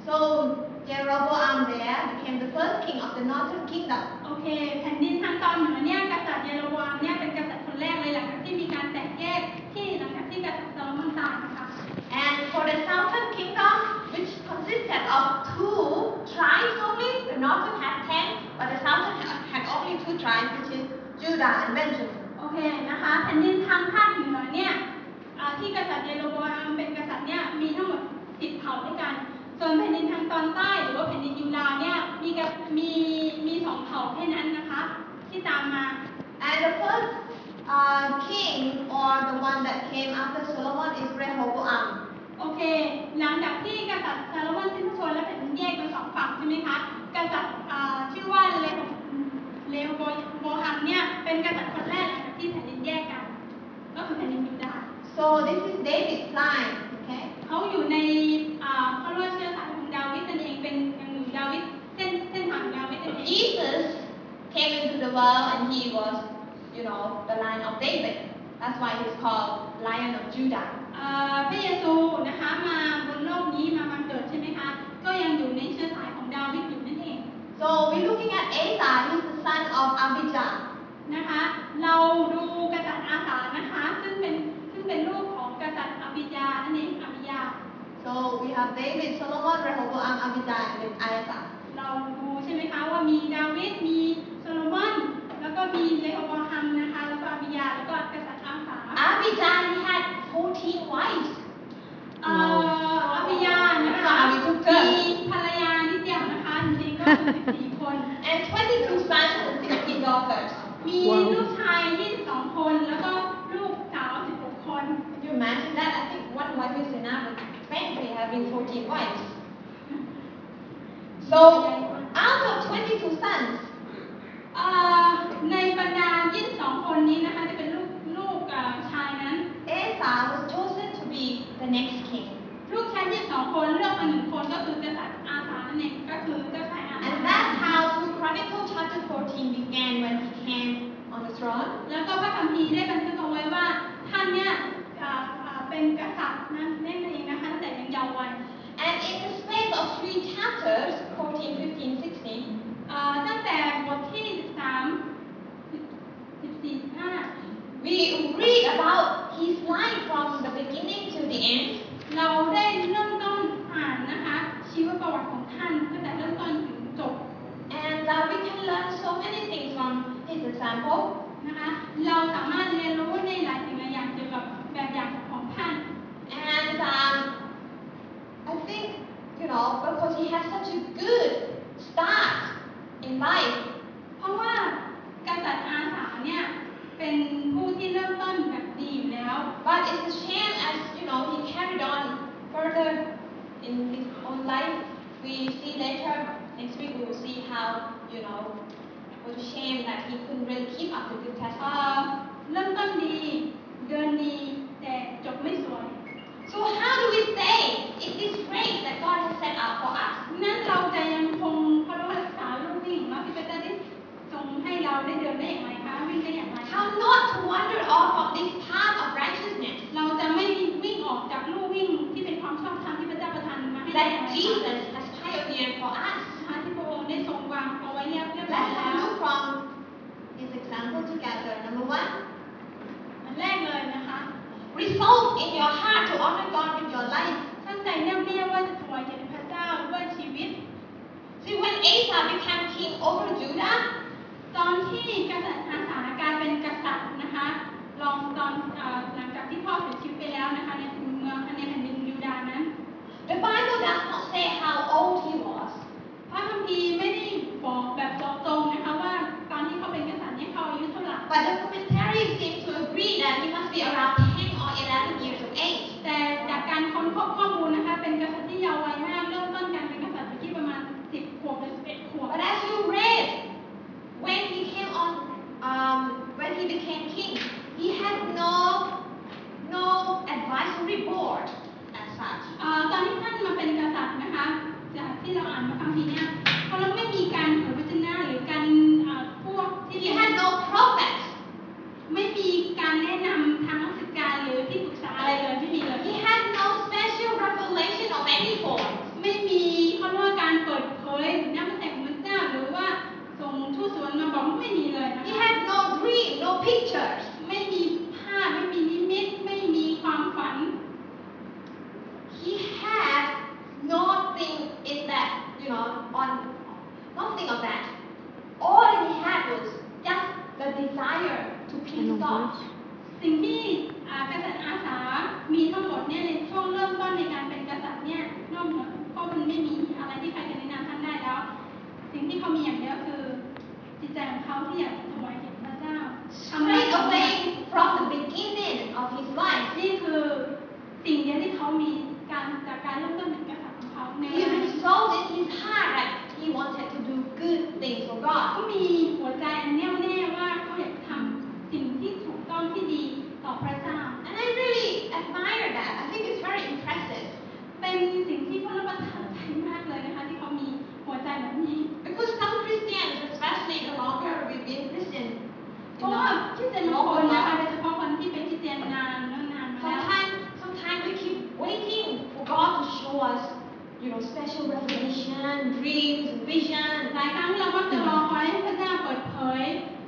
Speaker 2: so Jeroboam there became the first king of the northern kingdom.
Speaker 1: โอเค แผ่นดินทางตอนเหนือเนี่ยกษัตริย์เยโรวามเนี่ยเป็นกษัตริย์คนแรกเลยหลังจากที่มีการแตกแยกที่หลังจากที่กษัตริย์ซาโลมอนตายนะคะ
Speaker 2: And for the southern kingdom, which consisted of two tribes only, the northern had ten, but the southern ha- had only two tribes, which is Judah and Benjamin.
Speaker 1: โอเคนะคะ แผ่นดินทางภาคเหนือเนี่ยอ่าที่กษัตริย์เยโรวามเป็นกษัตริย์เนี่ยมีทั้งหมดสิบเผ่าด้วยกัน ส่วนแผ่นดินทางตอนใต้หรือว่าแผ่นดินยูดาห์เนี่ยมีกับมีมีสองเผ่าแค่นั้นนะคะ ที่ตามมา
Speaker 2: And the first uh, king, or the one that came after Solomon, is Rehoboam.
Speaker 1: โอเค หลังจากที่กษัตริย์ซาโลมอนสิ้นพระชนม์และแผ่นดินแยกเป็นสองฝั่งใช่ไหมคะ กษัตริย์อ่าชื่อว่าเลโบเลโบโบฮัมเนี่ยเป็นกษัตริย์คนแรกที่แผ่นดินแยกกัน ก็คือแผ่นดินยูดาห์
Speaker 2: So this is David's line, okay?
Speaker 1: เขาอยู่ในอ่าเขาเรียกว่าเชื้อสายของดาวิดนั่นเองเป็นอย่างหนึ่งดาวิดเส้นเส้นทางดาวิดนั่นเอง
Speaker 2: Jesus came into the world and he was, you know, the line of David. That's why he's called Lion of Judah.
Speaker 1: อ่าพระเยซูนะคะมาบนโลกนี้มาบังเกิดใช่ไหมคะ ก็ยังอยู่ในเชื้อสายของดาวิดอยู่นั่นเอง
Speaker 2: So we're looking at Asa, he's the son of Abijah.
Speaker 1: นะคะ เราดูกษัตริย์อาสานะคะ ซึ่งเป็นซึ่งเป็นลูกของกษัตริย์อบิยานั่นเองอบิยา
Speaker 2: So we have David, Solomon, Rehoboam, Abijah, and then Asa.
Speaker 1: เราดูใช่ไหมคะว่ามีดาวิดมีโซโลมอนแล้วก็มีเลโอบาฮัมนะคะ แล้วก็อบิยาแล้วก็กษัตริย์อาสา
Speaker 2: Abijah, he had 14 wives.
Speaker 1: เอ่ออภิญานะคะ
Speaker 2: อภิทุกเกิด
Speaker 1: มีภรรยานิดเดียวนะคะจริงๆก็คือ14คน
Speaker 2: And 22 sons and 16 daughters.
Speaker 1: มี
Speaker 3: ว้าว
Speaker 1: ลูกชาย 22 คน แล้วก็ลูกสาว 16 คน
Speaker 2: Can you imagine that? I think one wife is enough. Frankly, having 14 wives. So out of 22 sons,
Speaker 1: เอ่อในบรรดา 22 คนนี้นะคะที่เป็นลูกลูกเอ่อชายนั้น
Speaker 2: Asa was chosen to be the next king.
Speaker 1: ลูกชาย 22 คนเลือกมาหนึ่งคนก็คือกษัตริย์อาสานั่นเองก็คือกษัตริย์อาสา
Speaker 2: And that's how 2 Chronicles chapter 14 teaching began when he came on the throne.
Speaker 1: แล้วก็พระคัมภีร์ได้บันทึกเอาไว้ว่าท่านเนี่ยอ่าอ่าเป็นกษัตริย์นั่นนั่นเองนะคะตั้งแต่ยังเยาว์วัย
Speaker 2: And in the space of three chapters, 14, 15, 16,
Speaker 1: อ่าตั้งแต่บทที่ 13 14
Speaker 2: we read about his life from the beginning to the end.
Speaker 1: 15 เราได้เริ่มต้นอ่านนะคะ ชีวประวัติของท่านตั้งแต่เริ่มต้นถึงจบ
Speaker 2: And uh, we can learn so many things from his example.
Speaker 1: นะคะเราสามารถเรียนรู้ในหลายสิ่งหลายอย่างเกี่ยวกับแบบอย่างของท่าน
Speaker 2: And um, I think, you know, because he has such a good start in life,
Speaker 1: เพราะว่ากษัตริย์อาสาเนี่ยเป็นผู้ที่เริ่มต้นแบบดีอยู่แล้ว
Speaker 2: but it's a shame as, you know, he carried on further in his own life. We see later, next week we will see how, you know, it was a shame that he couldn't really keep up the Ah. good testament.
Speaker 1: เอ่อเริ่มต้นดี เดินดีแต่จบไม่สวย
Speaker 2: So how do we say is this grace that God has set up for us?
Speaker 1: นั้นเราจะยังคงพระรักษาลูกวิ่งมาที่พระเจ้าที่ทรงให้เราได้เดินได้อย่างไรคะวิ่งได้อย่างไรคะ
Speaker 2: How not to wander off of this path of righteousness
Speaker 1: เราจะไม่วิ่งออกจากลูกวิ่งที่เป็นความชอบธรรมที่พระเจ้าประทานมาให้ได้อย่าง
Speaker 2: that
Speaker 1: ไร
Speaker 2: Jesus has pioneered for us.
Speaker 1: นะคะที่พระองค์ได้ทรงวางเอาไว้เรียบเรียบร้อย
Speaker 2: Let's
Speaker 1: แล้
Speaker 2: have a
Speaker 1: ว
Speaker 2: look from this example together. Number one,
Speaker 1: อันแรกเลยนะคะ
Speaker 2: resolve in your heart to honor God with your life.
Speaker 1: ตั้งใจเรียบเรียบว่าจะถวายแด่พระเจ้าด้วยชีวิต
Speaker 2: See, when Asa became king over Judah,
Speaker 1: ตอนที่กษัตริย์อาสากลายเป็นกษัตริย์นะคะรองตอนเอ่อหลังจากที่พ่อเสียชีวิตไปแล้วนะคะในเมืองในแผ่นดินยูดาห์นั้น
Speaker 2: the Bible does not say how old he was,
Speaker 1: พระคัมภีร์ไม่ได้บอกแบบเจาะจงนะคะว่าตอนที่เขาเป็นกษัตริย์เนี่ยเขาอายุเท่าไหร่
Speaker 2: but the commentaries seem to agree that he must be around 10 or 11 years of age.
Speaker 1: แต่จากการค้นพบข้อมูลนะคะเป็นกษัตริย์ที่เยาว์วัยมากเริ่มต้นการเป็นกษัตริย์อยู่ที่ประมาณ 10 ขวบหรือ11 ขวบ
Speaker 2: But as you read, when he came on, um, when he became king, he had no, no advisory board as such.
Speaker 1: เอ่อตอนที่ท่านมาเป็นกษัตริย์นะคะ จากที่เราอ่านพระคัมภีร์เนี่ยเขาเราไม่มีการเผยพระชนะหรือการเอ่อพวกที่
Speaker 2: He had no prophet.
Speaker 1: ไม่มีการแนะนำทางราชการหรือที่ปรึกษาอะไรเลยไม่มีเลย
Speaker 2: He had no special revelation of any form.
Speaker 1: ไม่มีเขาเรียกว่าการเปิดเผยหรือน้ำแต่งพระเจ้าหรือว่าส่งทูตสวนมาบอกไม่มีเลยนะ
Speaker 2: He
Speaker 1: คะ
Speaker 2: had no dream, no pictures.
Speaker 1: ไม่มีภาพไม่มีนิมิตไม่มีความฝัน
Speaker 2: He had nothing in that, you know, on nothing of that. All he had was just the desire to please
Speaker 3: Hello,
Speaker 2: God.
Speaker 3: boys.
Speaker 1: สิ่งที่อ่ากษัตริย์อาสา มีทั้งหมดเนี่ยในช่วงเริ่มต้นในการเป็นกษัตริย์เนี่ยนอกเหนือเพราะมันไม่มีอะไรที่ใครจะแนะนำท่านได้แล้ว สิ่งที่เขามีอย่างเดียวคือ จิตใจของเขาที่อยากจะถวายแด่พระเจ้าทำให้
Speaker 2: Straight
Speaker 1: เขาเอง
Speaker 2: away from the beginning of his life,
Speaker 1: นี่คือสิ่งเดียวที่เขามีการจากการเริ่มต้นเป็นกษัตริย์ของเขาใน
Speaker 2: he
Speaker 1: วันนั้น
Speaker 2: resolved in his heart that he wanted to do good things for
Speaker 1: เขา
Speaker 2: God.
Speaker 1: มีหัวใจอันแน่วแน่ว่าเขาอยากทำสิ่งที่ถูกต้องที่ดีต่อพระเจ้า
Speaker 2: And I really admire that. I think it's very impressive.
Speaker 1: เป็นสิ่งที่พระประทับใจมากเลยนะคะ ที่เขามีหัวใจแบบนี้
Speaker 2: Because some Christians, especially the longer we've been Christian,
Speaker 1: เพ
Speaker 2: you
Speaker 1: ราะว่า
Speaker 2: know,
Speaker 1: คริสเตียนบางคนนะคะโดยเฉพาะคนที่เป็นคริสเตียนนานแล้วนานมาแล้ว
Speaker 2: sometimes, sometimes we keep waiting for God to show us, you know, special revelation, dreams, and
Speaker 1: ห
Speaker 2: vision.
Speaker 1: ลายครั้งเรามักจะรอคอยให้พระเจ้าเปิดเผย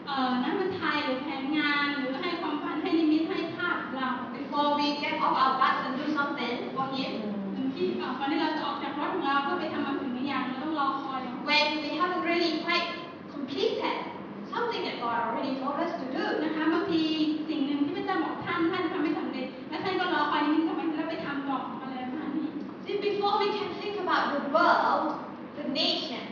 Speaker 1: เอ่อน้ำมันไทยหรือแผนงาน หรือให้ความฝันให้นิมิตให้ภาพเรา
Speaker 2: Before we get off our butts and do something for Him,
Speaker 1: ถึงที่เอ่อก่อนที่เราจะออกจากวัดของเราเพื่อไปทำบางสิ่งบางอย่างเราต้องรอคอย
Speaker 2: when we haven't really quite completed something that God already told us to do.
Speaker 1: นะคะบางทีสิ่งหนึ่งที่พระเจ้าบอกท่านท่านทำไม่สำเร็จ แล้วท่านก็รอคอยนิมิตทำไมแล้วไปทำต่ออะไรประมาณนี้
Speaker 2: See, before we can think about the world, the nation,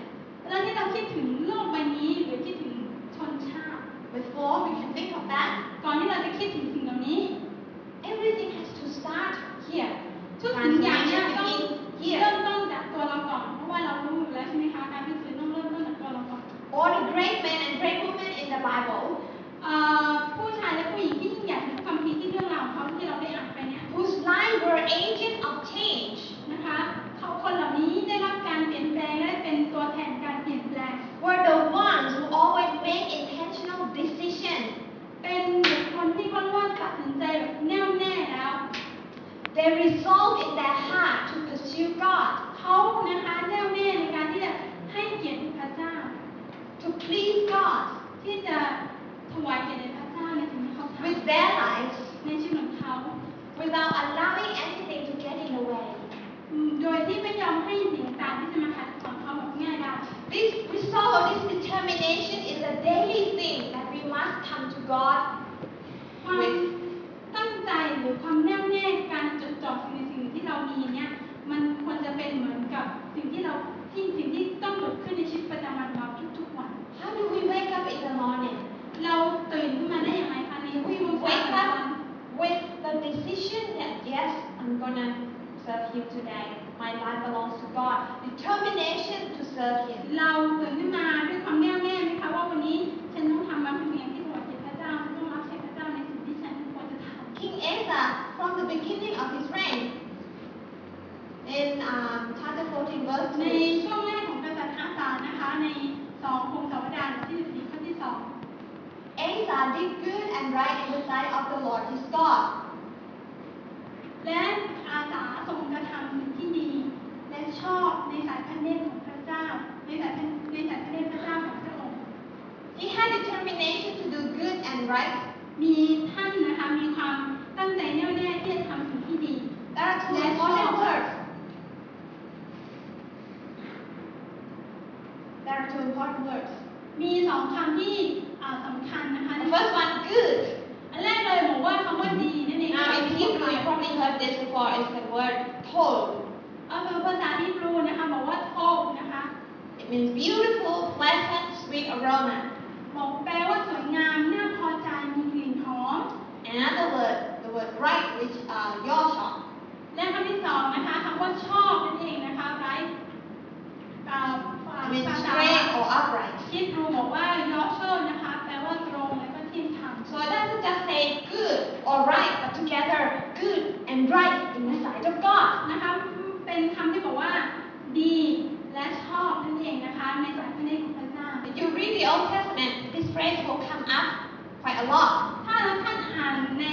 Speaker 1: แล้วที่เราคิดถึงโลกใบนี้หรือคิดถึงชนชาติ
Speaker 2: before we can think of that,
Speaker 1: ก่อนที่เราจะคิดถึงสิ่งเหล่านี้
Speaker 2: everything has to start They resolve in their heart to pursue God,
Speaker 1: เขานะคะแน่วแน่ในการที่จะให้เกียรติพระเจ้า
Speaker 2: to please God
Speaker 1: ที่จะถวายเกียรติแด่พระเจ้าในสิ่งที่เขาท
Speaker 2: with their lives
Speaker 1: ำในชีวิตของเขา
Speaker 2: without allowing anything to get in the way.
Speaker 1: อืมโดยที่ไม่ยอมให้สิ่งต่างที่จะมาขัดขวางเขาแบบง่ายได้
Speaker 2: This resolve, this determination is a daily thing that we must come to God
Speaker 1: ความตั้งใจหรือความแน่วแน่การจดจ่อในสิ่งที่เรามีเนี่ย มันควรจะเป็นเหมือนกับสิ่งที่เราที่สิ่งที่ต้องเกิดขึ้นในชีวิตประจำวันเราทุกๆวัน
Speaker 2: How do we wake up in the morning?
Speaker 1: เราตื่นขึ้นมาได้อย่างไรคะในวิ
Speaker 2: We
Speaker 1: ว
Speaker 2: will
Speaker 1: วั
Speaker 2: wake
Speaker 1: น
Speaker 2: up with the decision that yes, I'm gonna serve Him today. My life belongs to God. Determination to serve Him.
Speaker 1: เราตื่นขึ้นมาด้วยความแน่วแน่ไหมคะว่าวันนี้ฉันต้องทำบางสิ่งอย่างที่ถวายเกียรติพระเจ้าฉันต้องรับใช้พระเจ้าในสิ่งที่ฉันควรจะท
Speaker 2: King Asa, from the beginning of his reign, in um, chapter 14,
Speaker 1: ำใน
Speaker 2: verse 2,
Speaker 1: ช่วงแรกของกษัตริย์อาสานะคะในสองพงศาวดารบทที่สี่ข้อที่สอง
Speaker 2: Asa did good and right in the sight of the Lord his God.
Speaker 1: และอาสาทรงกระทำที่ดี และชอบในสายพระเนตรของพระเจ้า ในสายพระในสายพระเนตรพระเจ้าของพระองค์
Speaker 2: He had determination to do good and right.
Speaker 1: มีท่านนะคะมีความตั้งใจแน่วแน่ที่จะทำสิ่งที่ดี
Speaker 2: There are two
Speaker 1: Yes,
Speaker 2: important
Speaker 1: Lord.
Speaker 2: words. There are two important words.
Speaker 1: มีสองคำที่อ่าสำคัญนะคะ
Speaker 2: The first one, good.
Speaker 1: อันแรกเลยบอกว่าคำว่าดีนั่นเอง
Speaker 2: Now in Hebrew, you probably heard this before. It's the word tol.
Speaker 1: เอาเป็นภาษาฮีบรูนะคะบอกว่าโทบนะคะ
Speaker 2: It means beautiful, pleasant, sweet aroma.
Speaker 1: บอกแปลว่าสวยงามน่าพอใจมีกลิ่นหอม
Speaker 2: Another word, the word right, which uh, yosha.
Speaker 1: และคำที่สองนะคะคำว่าชอบนั่นเองนะคะไรอ่า
Speaker 2: It means
Speaker 1: ภาษา
Speaker 2: straight or upright.
Speaker 1: ฮีบรูบอกว่ายอชเชอร์นะคะ แปลว่าตรงและก็เที่ยงธรรม
Speaker 2: So it doesn't just say good or right, but together good and right in the sight of God.
Speaker 1: นะคะเป็นคำที่บอกว่า ดี และชอบนั่นเองนะคะในสายพระเนตรของพระเจ้า
Speaker 2: If you read the Old Testament, this phrase will come up quite a lot.
Speaker 1: ถ้าเราท่านอ่านใน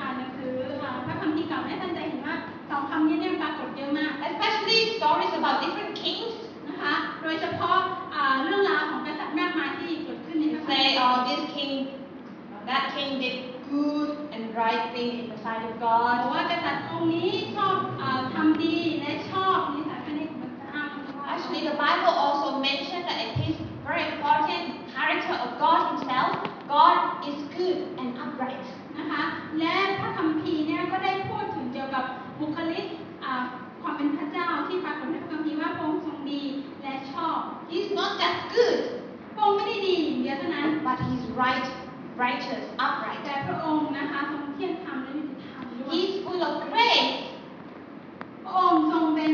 Speaker 1: อ่านหนังสืออ่าพระคัมภีร์เก่าและท่านจะเห็นว่าสองคำนี้เนี่ยปรากฏเยอะมาก
Speaker 2: Especially stories about different kings
Speaker 1: นะคะ โดยเฉพาะอ่าเรื่องราวของกษัตริย์มากมายที่เกิดขึ้นในพระ
Speaker 2: who
Speaker 1: คัมภี
Speaker 2: say,
Speaker 1: ร์
Speaker 2: oh, this king, uh, that king did good and right thing in the sight of
Speaker 1: บอก
Speaker 2: God.
Speaker 1: ว่ากษัตริย์องค์นี้ชอบอ่าทำดีและชอบในสายพระเนตรของพระเจ้า
Speaker 2: Actually, the Bible also mentioned that it is very important character of God Himself. God is good and upright.
Speaker 1: นะคะ และพระคัมภีร์เนี่ยก็ได้พูดถึงเกี่ยวกับบุคลิกอ่าความเป็นพระเจ้าที่ปรากฏในพระคัมภีร์ว่าพระองค์ทรงดีและชอบ
Speaker 2: He's not just good,
Speaker 1: พระองค์ไม่ได้ดีอย่างเดียวเท่านั้น
Speaker 2: but He's right, righteous, upright.
Speaker 1: แต่พระองค์นะคะทรงเที่ยงธรรมและยุติธรรมด้วย
Speaker 2: He's full of grace
Speaker 1: พระองค์ทรงเป็น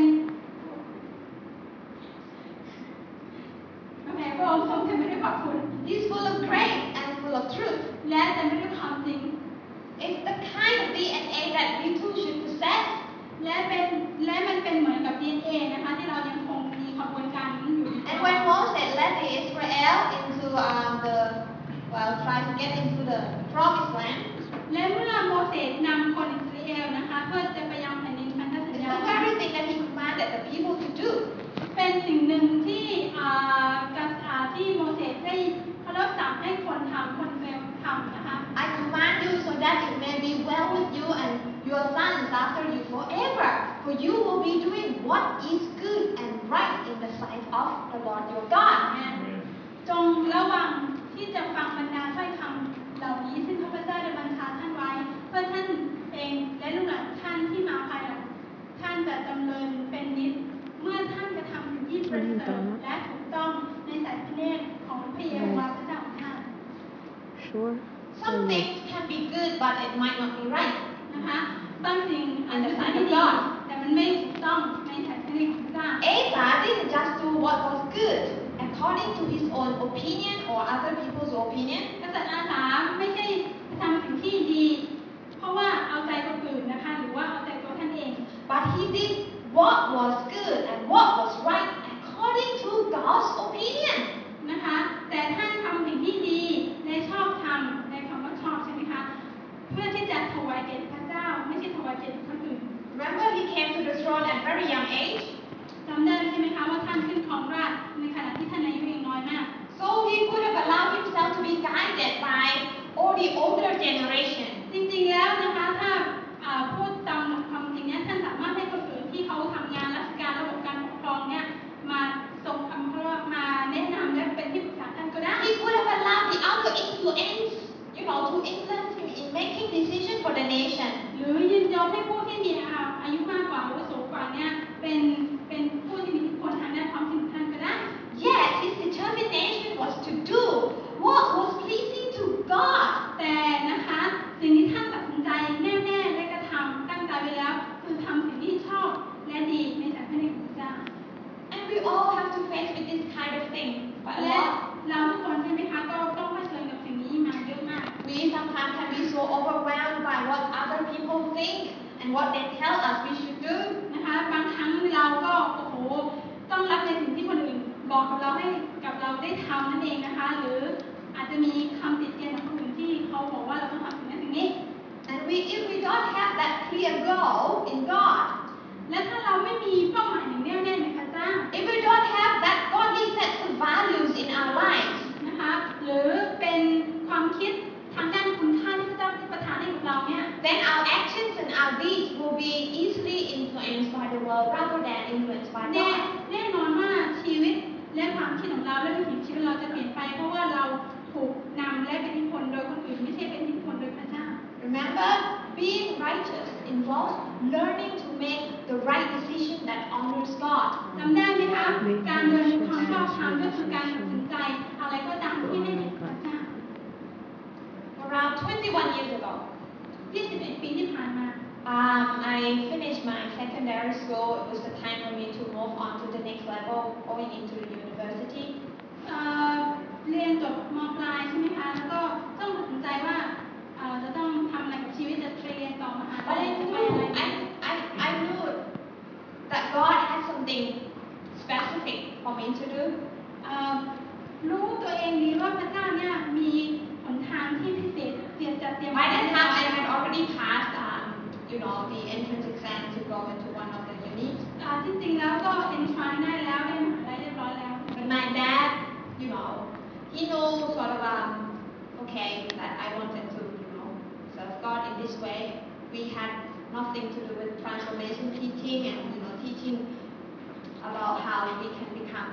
Speaker 1: แหมพระองค์ทรงเต็มไปด้วยความคุณ
Speaker 2: He's full of grace and full of truth.
Speaker 1: และเต็มไปด้วยความจริง
Speaker 2: It's the kind of DNA that we too should possess.
Speaker 1: และเป็นและมันเป็นเหมือนกับ DNA นะคะที่เรายังคงมีขบวนการนี้อยู่นะคะ
Speaker 2: And when Moses led the Israel into um, the, well, trying to get into the promised land,
Speaker 1: และเมื่อโมเสสนำคนอิสราเอลนะคะ เพื่อจะไปยังแผ่นดินพันธสัญ
Speaker 2: it's the
Speaker 1: ญา
Speaker 2: very thing that he commanded the people to do.
Speaker 1: เป็นสิ่งหนึ่งที่อ่ากษัตริย์อ่าที่โมเสสได้เขารับสั่งให้คนทำคนเซลทำนะคะ
Speaker 2: I command you so that it may be well with you and your sons after you forever. For you will be doing what is good and right in the sight of the Lord your God.
Speaker 1: จงระวังที่จะฟังบรรดาถ้อยคำเหล่านี้ ซึ่งข้าพเจ้าได้บัญชาท่านไว้ เพื่อท่านเองและลูกหลานท่านที่มาภายหลังท่านจะดำเนินเป็นนิจเมื่อท่านกระทำสิ่งที่ประเสริฐและถูกต้องในสายพระเนตรของพระเยโฮวาห์พระเจ้าของท่าน
Speaker 3: Sure.
Speaker 2: Some
Speaker 3: Why not?
Speaker 2: things can be good, but it might not be right.
Speaker 1: นะคะบางสิ่งอาจจะไม่ดีแต่มันไม่ถูกต้องในสายพระเนตรของพระเจ้า
Speaker 2: Asa didn't just do what was good according to his own opinion or other people's opinion.
Speaker 1: กษัตริย์อาสาไม่ใช่ทำสิ่งที่ดี เพราะว่าเอาใจคนอื่นนะคะ หรือว่าเอาใจตัวท่านเอง
Speaker 2: But he did what was good and what was right according to God's opinion.
Speaker 1: นะคะ แต่ท่านทำสิ่งที่ดีในชอบทำในคำว่าชอบใช่ไหมคะ เพื่อที่จะถวายเกียรติพระเจ้า ไม่ใช่ถวายเกียรติคนอื่น
Speaker 2: Remember old at very young age.
Speaker 1: จำได้ใช่ไหมคะว่าท่านขึ้นครองราชย์ในขณะที่ท่านอายุยังน้อยมาก
Speaker 2: So he could have allowed himself to be guided by all the older generation.
Speaker 1: จริงๆแล้วนะคะถ้าอ่าพูดตามหลักความจริงเนี่ยท่านสามารถให้คนอื่นที่เขาทำงานราชการระบบการปกครองเนี่ยมาส่งคำเพราะว่ามาแนะนำและเป็นที่ปรึกษาท่านก็ได้
Speaker 2: He could have allowed the outer influence, you know, to influence him in making decisions for the nation.
Speaker 1: หรือยินยอมให้ผู้ที่มีอาอายุมากกว่าหรือว่าสูงกว่าเนี่ยเป็นเป็นผู้ที่มีอิทธิพลทางด้านความคิดของท่านก็ได้
Speaker 2: Yet his determination was to do what was pleasing to God.
Speaker 1: แต่นะคะสิ่งที่ท่านตัดสินใจแน่ๆและกระทำตั้งใจไว้แล้ว คือทำสิ่งที่ชอบและดีในสายพระเนตรของพระเจ้า
Speaker 2: And we all have to face with this kind of thing. But
Speaker 1: และ
Speaker 2: well,
Speaker 1: เราทุกคนใช่ไหมคะก็ต้องเผชิญกับสิ่งนี้มาเยอะมาก
Speaker 2: we sometimes can be so overwhelmed by what other people think and what they tell us we should do.
Speaker 1: นะคะ บางครั้งเราก็โอ้โหต้องรับในสิ่งที่คนอื่นบอกกับเราให้กับเราได้ทำนั่นเองนะคะ หรืออาจจะมีคำติดเตียนของคนอื่นที่เขาบอกว่าเราต้องทำสิ่งนั้นสิ่งนี้
Speaker 2: And we, if we don't have that clear goal in God,
Speaker 1: และถ้าเราไม่มีเป้าหมายอย่างแน่วแน่ในพระเจ้า
Speaker 2: if we don't have that godly sets of values in our lives,
Speaker 1: นะคะ หรือเป็นความคิดทางด้านคุณค่าที่พระเจ้าประทานให้กับเราเนี่ย
Speaker 2: then our actions and our deeds will be easily influenced by the world rather than influenced by
Speaker 1: แน่
Speaker 2: God.
Speaker 1: แน่นอนว่าชีวิตและความคิดของเราและวิถีชีวิตเราจะเปลี่ยนไป เพราะว่าเราถูกนำและเป็นอิทธิพลโดยคนอื่นไม่ใช่เป็นอิทธิพลโดยพระเจ้า
Speaker 2: Remember, being righteous involves learning to make the right decision that honors God.
Speaker 1: จำได้ไหมคะ การเดินความชอบธรรมก็คือการตัดสินใจ อะไรก็ตามที่ไม่เห็นพระเจ้า
Speaker 2: Around 21 years ago,
Speaker 1: 21 ปีที่ผ่านมา
Speaker 2: um, I finished my secondary school. It was the time for me to move on to the next level, going into the university.
Speaker 1: เอ่อเรียนจบมปลายใช่ไหมคะ แล้วก็ต้องตัดสินใจว่าเอ่อจะต้องทำอะไรกับชีวิตจะเรียนต่อมหา
Speaker 2: But
Speaker 1: ลัย
Speaker 2: I
Speaker 1: หรือ
Speaker 2: knew,
Speaker 1: ไปอะไร
Speaker 2: I, I, I knew that God had something specific for me to do.
Speaker 1: เอ่อรู้ตัวเองดีว่าพระเจ้าเนี่ยมีหนทางที่พิเศษเตรียมจะเตรียม
Speaker 2: By that time, I had already passed, um, you know, the entrance exam to go into one of the unis.
Speaker 1: อ่าที่จริงแล้วก็เอนทรานได้แล้วได้มหาลัยเรียบร้อยแล้ว
Speaker 2: But my dad, you know, he knew sort of, um, okay, that I wanted to, you know, serve God in this way. We had nothing to do with transformation teaching and, you know, teaching about how we can become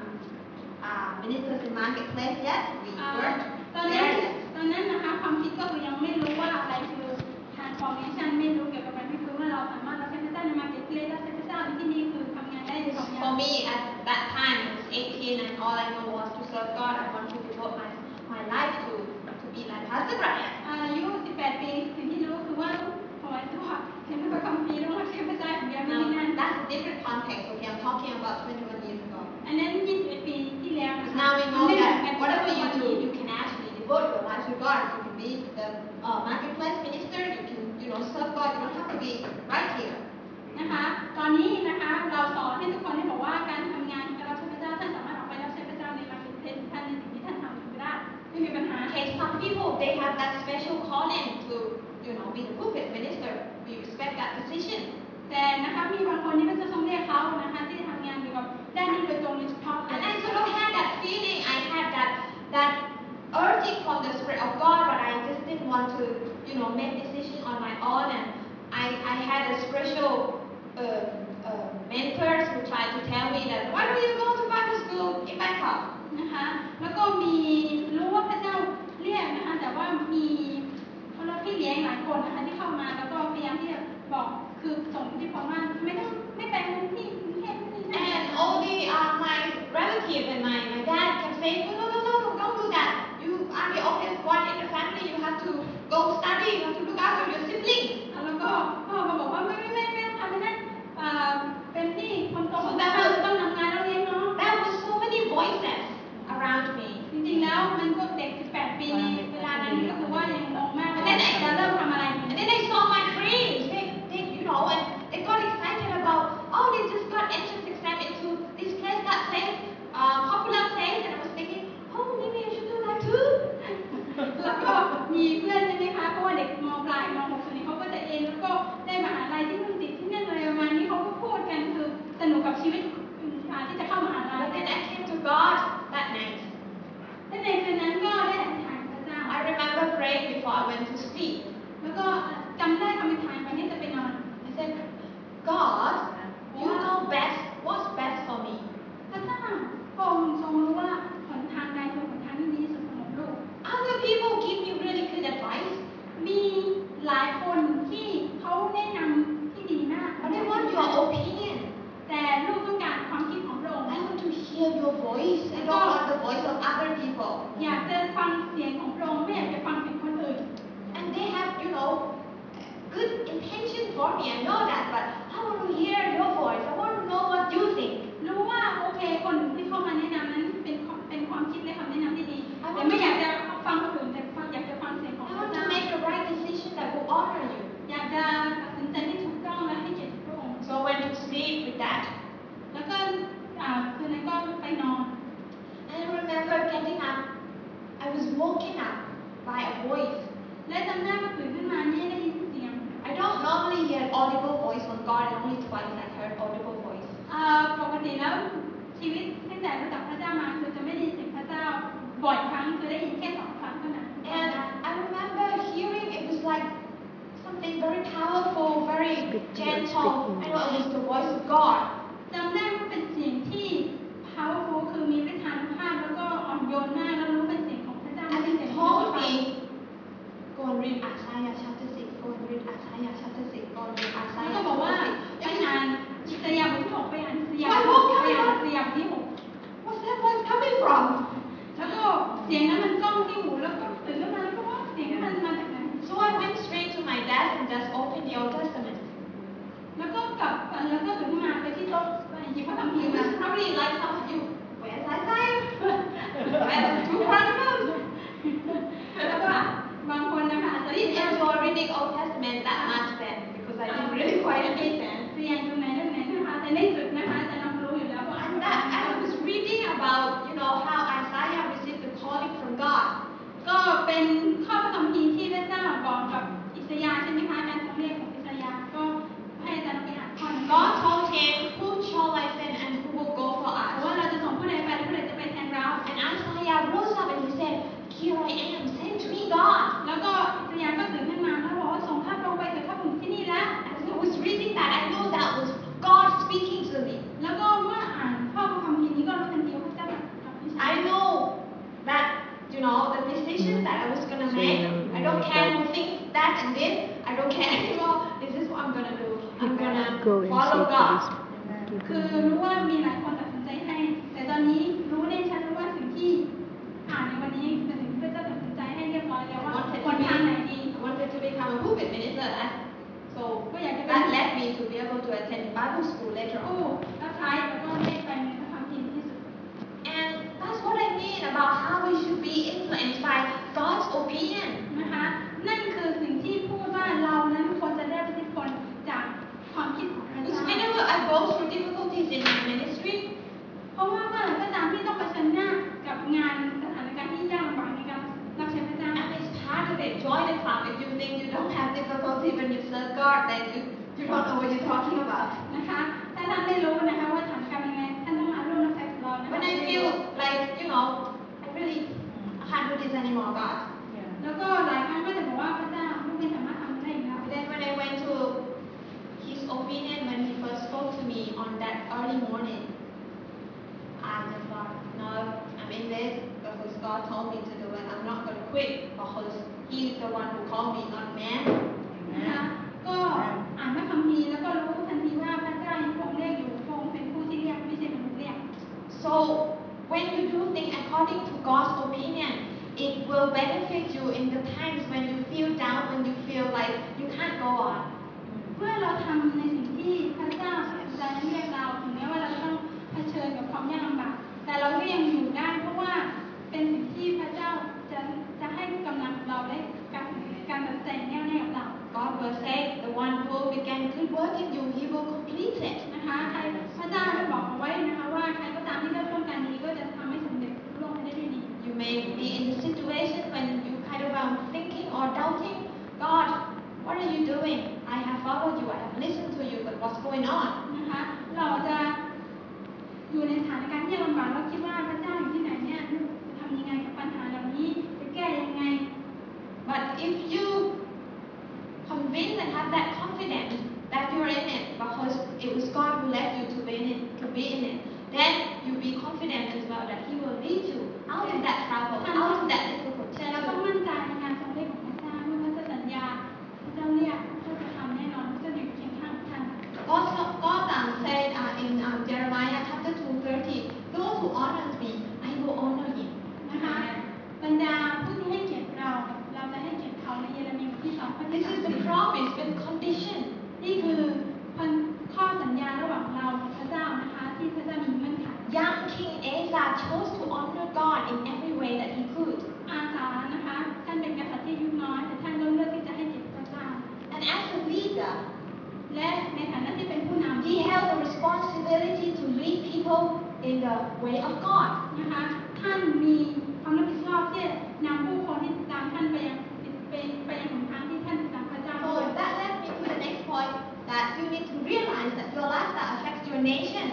Speaker 2: uh, ministers in marketplace yet. We
Speaker 1: อ่า
Speaker 2: worked
Speaker 1: ตอนนั้น
Speaker 2: there.
Speaker 1: ตอนนั้นนะคะความคิดก็คือยังไม่รู้ว่าอะไรคือ transformation ไม่รู้เกี่ยวกับอะไรไม่รู้ว่าเราสามารถรับใช้พระเจ้าในมาเก็ตเลสรับใช้พระเจ้าในที่นี่คือทำงานได้เลยสองอย่าง
Speaker 2: For me, at that time, I was 18, and all I know was to serve God. I want to devote my, my life to, to be like Pastor Brian.
Speaker 1: อายุ 18 ปีสิ่งที่รู้คือว่าขอให้ตัวเห็นพระคัมภีร์แล้วรับใช้พระเจ้าอย่างเดียวไม่ได้
Speaker 2: Now,
Speaker 1: นั่น
Speaker 2: that's a different context, okay? I'm talking about 21 years ago.
Speaker 1: อันนั้น 21 ปีที่แล้วนะคะ
Speaker 2: Now we
Speaker 1: มั
Speaker 2: know
Speaker 1: นไม่เหมือนกัน
Speaker 2: that
Speaker 1: ว่าเรา
Speaker 2: whatever
Speaker 1: อยู่
Speaker 2: you do, you can actually devote your life to God. You can be the uh, marketplace minister, you can, you know, serve God. You don't have to be right here.
Speaker 1: นะคะ ตอนนี้นะคะเราสอนให้ทุกคนได้บอกว่าการทำงานการรับใช้พระเจ้าท่านสามารถออกไปรับใช้พระเจ้าในมาร์เก็ตเพลสท่านในสิ่งที่ท่านทำอยู่ก็ได้ไม่มีปัญหา
Speaker 2: Okay, some people, they have that special calling to, you know, be the pulpit minister. We respect that position.
Speaker 1: แต่นะคะมีบางคนที่พระเจ้าทรงเรียกเขานะคะที่ทำงานเกี่ยวกับด้านนี้โดยตรงโดยเฉพาะ
Speaker 2: And I sort of had that feeling, I had that that urging from the Spirit of God, but I just didn't want to, you know, make decision on my own. And I, I had a spiritual um, uh, mentors who tried to tell me that, why don't you go to Bible school in Bangkok?
Speaker 1: นะคะ แล้วก็มีรู้ว่าพระเจ้าเรียกนะคะ แต่ว่ามีพระพี่เลี้ยงหลายคนนะคะที่เข้ามาแล้วก็พยายามที่จะบอกคือส่งที่พอว่าไม่ต้องไม่ไปพื้นที่กรุงเทพนี่นั่น
Speaker 2: And only uh, my relative and my, my dad kept saying, no, no, no, no, no, don't do that. You are the only one in the family. You have to go study. You have to look after your siblings.
Speaker 1: แล้วก็พ่อมาบอกว่าไม่ไม่ไม่ไม่ต้องทำนั่นอ่าเป็นที่คนโตของเราต้องทำงานแล้วเลี้ยงน้อง
Speaker 2: There were so many voices around me.
Speaker 1: จริงๆแล้วมันก็เด็ก 18 ปีเวลานั้นก็คือว่ายังงงมากว่าจะเริ่มทำอะไร
Speaker 2: And then I saw my friends, they, they, you know, and they got excited about, oh, they just got entrance exam into this place, that place, uh, popular place, and I was thinking,
Speaker 1: อยากจะฟังเสียงของพระองค์ไม่อยากจะฟังเสียงคนอื่น
Speaker 2: And they have, you know, good intention for me. I know that, but I want to hear your voice. I want to know what you think.
Speaker 1: รู้ว่าโอเคคนอื่นที่เข้ามาแนะนำนั้นเป็นความเป็นความคิดและคำแนะนำที่ดีแต่ไม่อยากจะฟังคนอื่นแต่ฟังอยากจะฟังเสียงของ
Speaker 2: I
Speaker 1: พระ
Speaker 2: want
Speaker 1: เจ้า
Speaker 2: to make the right decision that will honor you.
Speaker 1: อยากจะตัดสินใจที่ถูกต้องและให้เกียรติพระองค์
Speaker 2: So I went to sleep with that.
Speaker 1: แล้วก็อ่าคืนนั้นก็ไปนอน
Speaker 2: And I remember getting up. I was woken up by a voice.
Speaker 1: และจำได้ว่าตื่นขึ้นมาเนี่ยได้ยินเสียง
Speaker 2: I don't normally hear an audible voice from God, and only twice I heard audible voice.
Speaker 1: เอ่อปกติแล้วชีวิตตั้งแต่รู้จักพระเจ้ามาคือจะไม่ได้ยินเสียงพระเจ้าบ่อยครั้งคือได้ยินแค่สองครั้งเท่านั้น
Speaker 2: And I remember hearing it was like something very powerful, very
Speaker 3: Speaking,
Speaker 2: gentle. I
Speaker 3: speaking.
Speaker 2: know it was the voice of God.
Speaker 1: จำได้ว่าเป็นเสียงที่ powerful คือมีฤทธานุภาพแล้วก็อ่อนโยนมากแล้วรู้เป็นเสียงของพระเจ้าไม่
Speaker 2: And
Speaker 1: ใช่เสียง
Speaker 2: he
Speaker 1: ของ
Speaker 2: told
Speaker 1: คน
Speaker 2: me, go and read Isaiah chapter 6, go and read Isaiah chapter 6, go and read
Speaker 1: แล้ว
Speaker 2: Isaiah
Speaker 1: ก็บอกว่า
Speaker 2: chapter 6. And
Speaker 1: ไปอ่าน
Speaker 2: I-
Speaker 1: อิสยาห์บทที่หกไปอ่านอิสยาห์บทที่หกไปอ่านอิสยาห์บทที่หก
Speaker 2: Where's that voice coming from?
Speaker 1: แล้วก็เสียงนั้นมันก้องที่หูแล้วก็ตื่นขึ้นมาแล้วก็ว่าเสียงนั้นมันมาจากไหน
Speaker 2: So I went straight to my desk and just opened the Old Testament.
Speaker 1: แล้วก็กลับไปแล้วก็ตื่นขึ้นมาไปที่โต๊ะไปหยิบพระคัมภี
Speaker 2: It
Speaker 1: ร์มา
Speaker 2: was probably like some of you, where's Isaiah? Where's two Chronicles?
Speaker 1: แล้วก็บางคนนะคะอาจจะ
Speaker 2: At
Speaker 1: ได้ยิน
Speaker 2: least
Speaker 1: เสียง
Speaker 2: I was reading Old Testament that much then, because I didn't really quite understand.
Speaker 1: เรียนตรงไหนตรงไหนนะคะแต่ในสุดนะคะอาจะรับรู้อยู่แล้วว่าอัน
Speaker 2: And
Speaker 1: นั้น
Speaker 2: that I was reading about, you know, how Isaiah received the calling from God.
Speaker 1: ก็เป็นข้อพระคัมภีร์ที่พระเจ้าบอกกับอิสยาห์ใช่ไหมคะการทรงเรียกของอิสยาห์ก็ให้อาจารย์ไปอ่านข้อนั้นก็
Speaker 2: God told him, Who shall I send and who will go for
Speaker 1: แต่ว่า
Speaker 2: us?
Speaker 1: เราจะส่งผู้ใดไปและผู้ใดจะไปแทนเรา
Speaker 2: And Isaiah rose up and he said, Here I am, send me God.
Speaker 1: แล้วก็อิสยาห์ก็ตื่นขึ้นมาแล้วบอกว่าส่งข้าพระองค์ไปเถิดข้าพระองค์ที่นี่แล้ว
Speaker 2: As I was reading that, I know that was God speaking to me.
Speaker 1: แล้วก็เมื่ออ่านข้อพระคัมภีร์นี้ก็รู้ทันทีว่าพระเจ้าตรัสกับดิฉัน
Speaker 2: I know that, you know, the decision that I was going to make, I don't care who thinks that and this, I don't care anymore. This is what I'm going to do. I'm
Speaker 3: Go
Speaker 2: going to
Speaker 3: and
Speaker 2: follow God.
Speaker 3: see this.
Speaker 1: คือรู้ว่ามีหลายคนตัดสินใจให้ แต่ตอนนี้รู้ได้ชัดแล้วว่าสิ่งที่อ่านในวันนี้เป็นสิ่งที่พระเจ้าตัดสินใจให้เรียบร้อยแล้ว
Speaker 2: I
Speaker 1: ว่า
Speaker 2: wanted
Speaker 1: คน
Speaker 2: to
Speaker 1: ทางไหนดี
Speaker 2: be, I wanted to become a pulpit minister. I- So
Speaker 1: ก็อยากจะเป็น
Speaker 2: that led me to be able to attend Bible school later
Speaker 1: ผู้
Speaker 2: on.
Speaker 1: รับใช้แล้วก็ได้ไปในพระความจริงที่สุด
Speaker 2: And that's what I mean about how we should be influenced by God's opinion.
Speaker 1: นะคะ นั่นคือสิ่งที่พูดว่าเรานั้นควรจะได้อิทธิพลจากความคิดของพระ
Speaker 2: Because
Speaker 1: เจ้า
Speaker 2: whenever I go through difficulties in my ministry,
Speaker 1: เพราะว่าเมื่อไหร่ก็ตามที่ต้องเผชิญหน้ากับงานสถานการณ์ที่ยากลำบากในการรับใช้พระเจ้า
Speaker 2: and it's part of it, join the club. If you think you don't have difficulty when you serve God, then you, you don't know what you're talking about.
Speaker 1: นะคะถ้าท่านได้รู้นะคะว่าสถานการณ์เป็นยังไงท่านต้องมาร่วมรับใช้กับเรานะคะ
Speaker 2: When I feel like, you know, I really I can't do this anymore, God.
Speaker 1: แล้วก็หลายครั้งก็จะบอกว่าพระเจ้าลูกไม่สามารถทำได้อีกแล้ว
Speaker 2: But then when I went to his opinion when he first spoke to me on that early morning, I just thought, no, I'm in this because God told me to do it. I'm not going to quit because he's the one who called me, not man.
Speaker 1: นะคะก็อ่านพระคัมภีร์แล้วก็รู้ทันทีว่าพระเจ้ายังคงเรียกอยู่คงเป็นผู้ที่เรียกไม่ใช่มนุษย์เรียก
Speaker 2: So when you do things according to God's opinion, it will benefit you in the times when you feel down, when you feel like you can't go on.
Speaker 1: เมื่อเราทำในสิ่งที่พระเจ้าจะเรียกเราถึงแม้ว่าเราจะต้องเผชิญกับความยากลำบากแต่เราก็ยังอยู่ได้เพราะว่าเป็นสิ่งที่พระเจ้าจะจะให้กำลังเราได้การการตัดสินใจแน่วแน่กับเรา
Speaker 2: God will say, the one who began good work in you, he will complete it.
Speaker 1: นะคะใครพระเจ้าได้บอกเอาไว้นะคะว่าใครก็ตามที่เริ่มต้นการดีก็จะทำให้สำเร็จร่วงไปได้ด้วยดี
Speaker 2: You may be in a situation when you kind of um, thinking or doubting, God, what are you doing? I have followed you, I have listened to you, but what's going on?
Speaker 1: นะคะเราจะอยู่ในสถานการณ์ที่ลำบากเราคิดว่าพระเจ้าอยู่ที่ไหนเนี่ยจะทำยังไงกับปัญหาเหล่านี้จะแก้ยังไง
Speaker 2: But if you convince and have that confidence that you're in it, because it was God who led you to be in it, to be in it, then you be confident as well that He will lead you out of that trouble, out of that difficult
Speaker 1: แต่เราต้อง
Speaker 2: challenge.
Speaker 1: มั่นใจในการทรงเรียกของพระเจ้าเมื่อพระเจ้าสัญญาพระเจ้าเรียกพระเจ้าจะทำแน่นอนพระเจ้าอยู่เคียงข้างท่าน
Speaker 2: God, God um, said uh, in um, Jeremiah chapter 2:30, those who honor me, I will honor him.
Speaker 1: นะคะ
Speaker 2: This is the promise with condition.
Speaker 1: นี่คือพันข้อสัญญาระหว่างเรากับพระเจ้านะคะที่พระเจ้ามีเงื่อนไข
Speaker 2: Young King Asa chose to honor God in every way that he could.
Speaker 1: อาสานะคะท่านเป็นกษัตริย์ที่อายุน้อย แต่ท่านก็เลือกที่จะให้เกียรติพระเจ้า
Speaker 2: And as a leader,
Speaker 1: และในฐานะที่เป็นผู้นำที่
Speaker 2: he held the responsibility to lead people in the way of God.
Speaker 1: นะคะท่านมีความรับผิดชอบที่จะนำผู้คนที่ติดตามท่านไปยังไปไปยังหนทางที่ท่านติดตามพระเจ้าด้วย
Speaker 2: So that led me to the next point that you need to realize that your lifestyle affects your nation.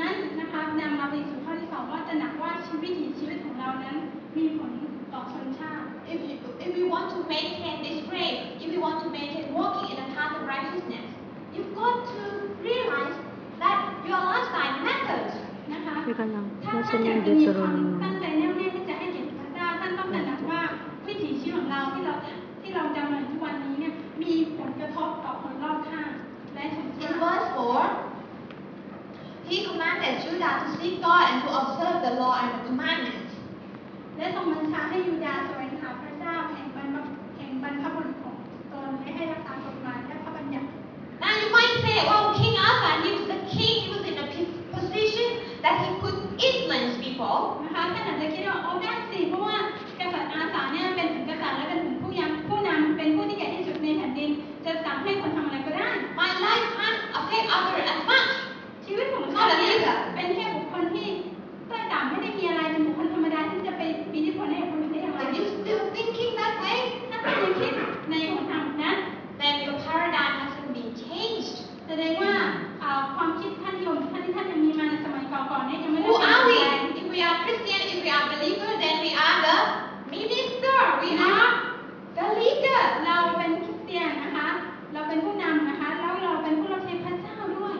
Speaker 1: นั่นนะคะนำเราไปสู่ข้อที่สองว่าตระหนักว่าชีวิตถีชีวิตของเรานั้น มีผลต่อชนชาติ
Speaker 2: If, you, if we want to maintain this grade, if we want to maintain walking in a path of righteousness, you've got to realize that your lifestyle matters.
Speaker 1: นะคะ
Speaker 3: ช่วยกันนำ
Speaker 1: ถ้า
Speaker 3: น่าจะ
Speaker 1: ท่านอ
Speaker 3: มี
Speaker 1: ยาก
Speaker 3: เด
Speaker 1: จะมี
Speaker 3: สโตร
Speaker 1: ความ
Speaker 3: นี
Speaker 1: ตั้งใจแน่วแน่ที่จะให้เกียรติพระเจ้าท่านต้องตระหนักว่าวิถีชีวิตของเราที่เราที่เราดำเนินทุกวันนี้เนี่ยมีผลกระทบต่อคนรอบข้างและชน
Speaker 2: In
Speaker 1: ชาติ
Speaker 2: verse 4, he commanded Judah to seek God and to observe the law and the commandments.
Speaker 1: และทรงบัญชาให้ยูดาห์แสวงหาพระเจ้าแห่งบรรพแห่งบรรพบุรุษของตนและให้รักษากฎหมายและพระบัญญัติ
Speaker 2: Now you might say, well, King Asa, he was the king, he was in a p- position that he could influence people.
Speaker 1: นะคะท่านอาจจะคิดว่าโอ้ได้สิเพราะว่ากษัตริย์อาสาเนี่ยเป็นถึงกษัตริย์และเป็นถึงผู้ยังผู้นำเป็นผู้ที่ใหญ่ที่สุดในแผ่นดิน จะสั่งให้คนทำอะไรก็ได้
Speaker 2: My life can't affect others as much.
Speaker 1: ชีวิตของเราเนี่ยเป็นแค่บุคคลที่ใต้ต่ำไม่ได้มีอะไรเป็นบุคคลธรรมดาที่จะไปมีอิทธิพลให้กับคนอื่นได้อย่างไร
Speaker 2: If
Speaker 1: ถ้า
Speaker 2: you're still thinking that way,
Speaker 1: ท่านยังคิดในคนทำนั้น
Speaker 2: then your paradigm hasn't been changed.
Speaker 1: แสดงว่าอ่าความคิดท่านยมท่านที่ท่านยังมีมาในสมัยก่อนๆเนี่ยยังไม่ได้
Speaker 2: Who
Speaker 1: เปลี่ยน
Speaker 2: are we?
Speaker 1: แปลง
Speaker 2: If we are Christian, if we are believer, then we are the minister. We are the leader.
Speaker 1: เราเป็นคริสเตียนนะคะ เราเป็นผู้นำนะคะแล้วเราเป็นผู้รับใช้พระเจ้าด้วย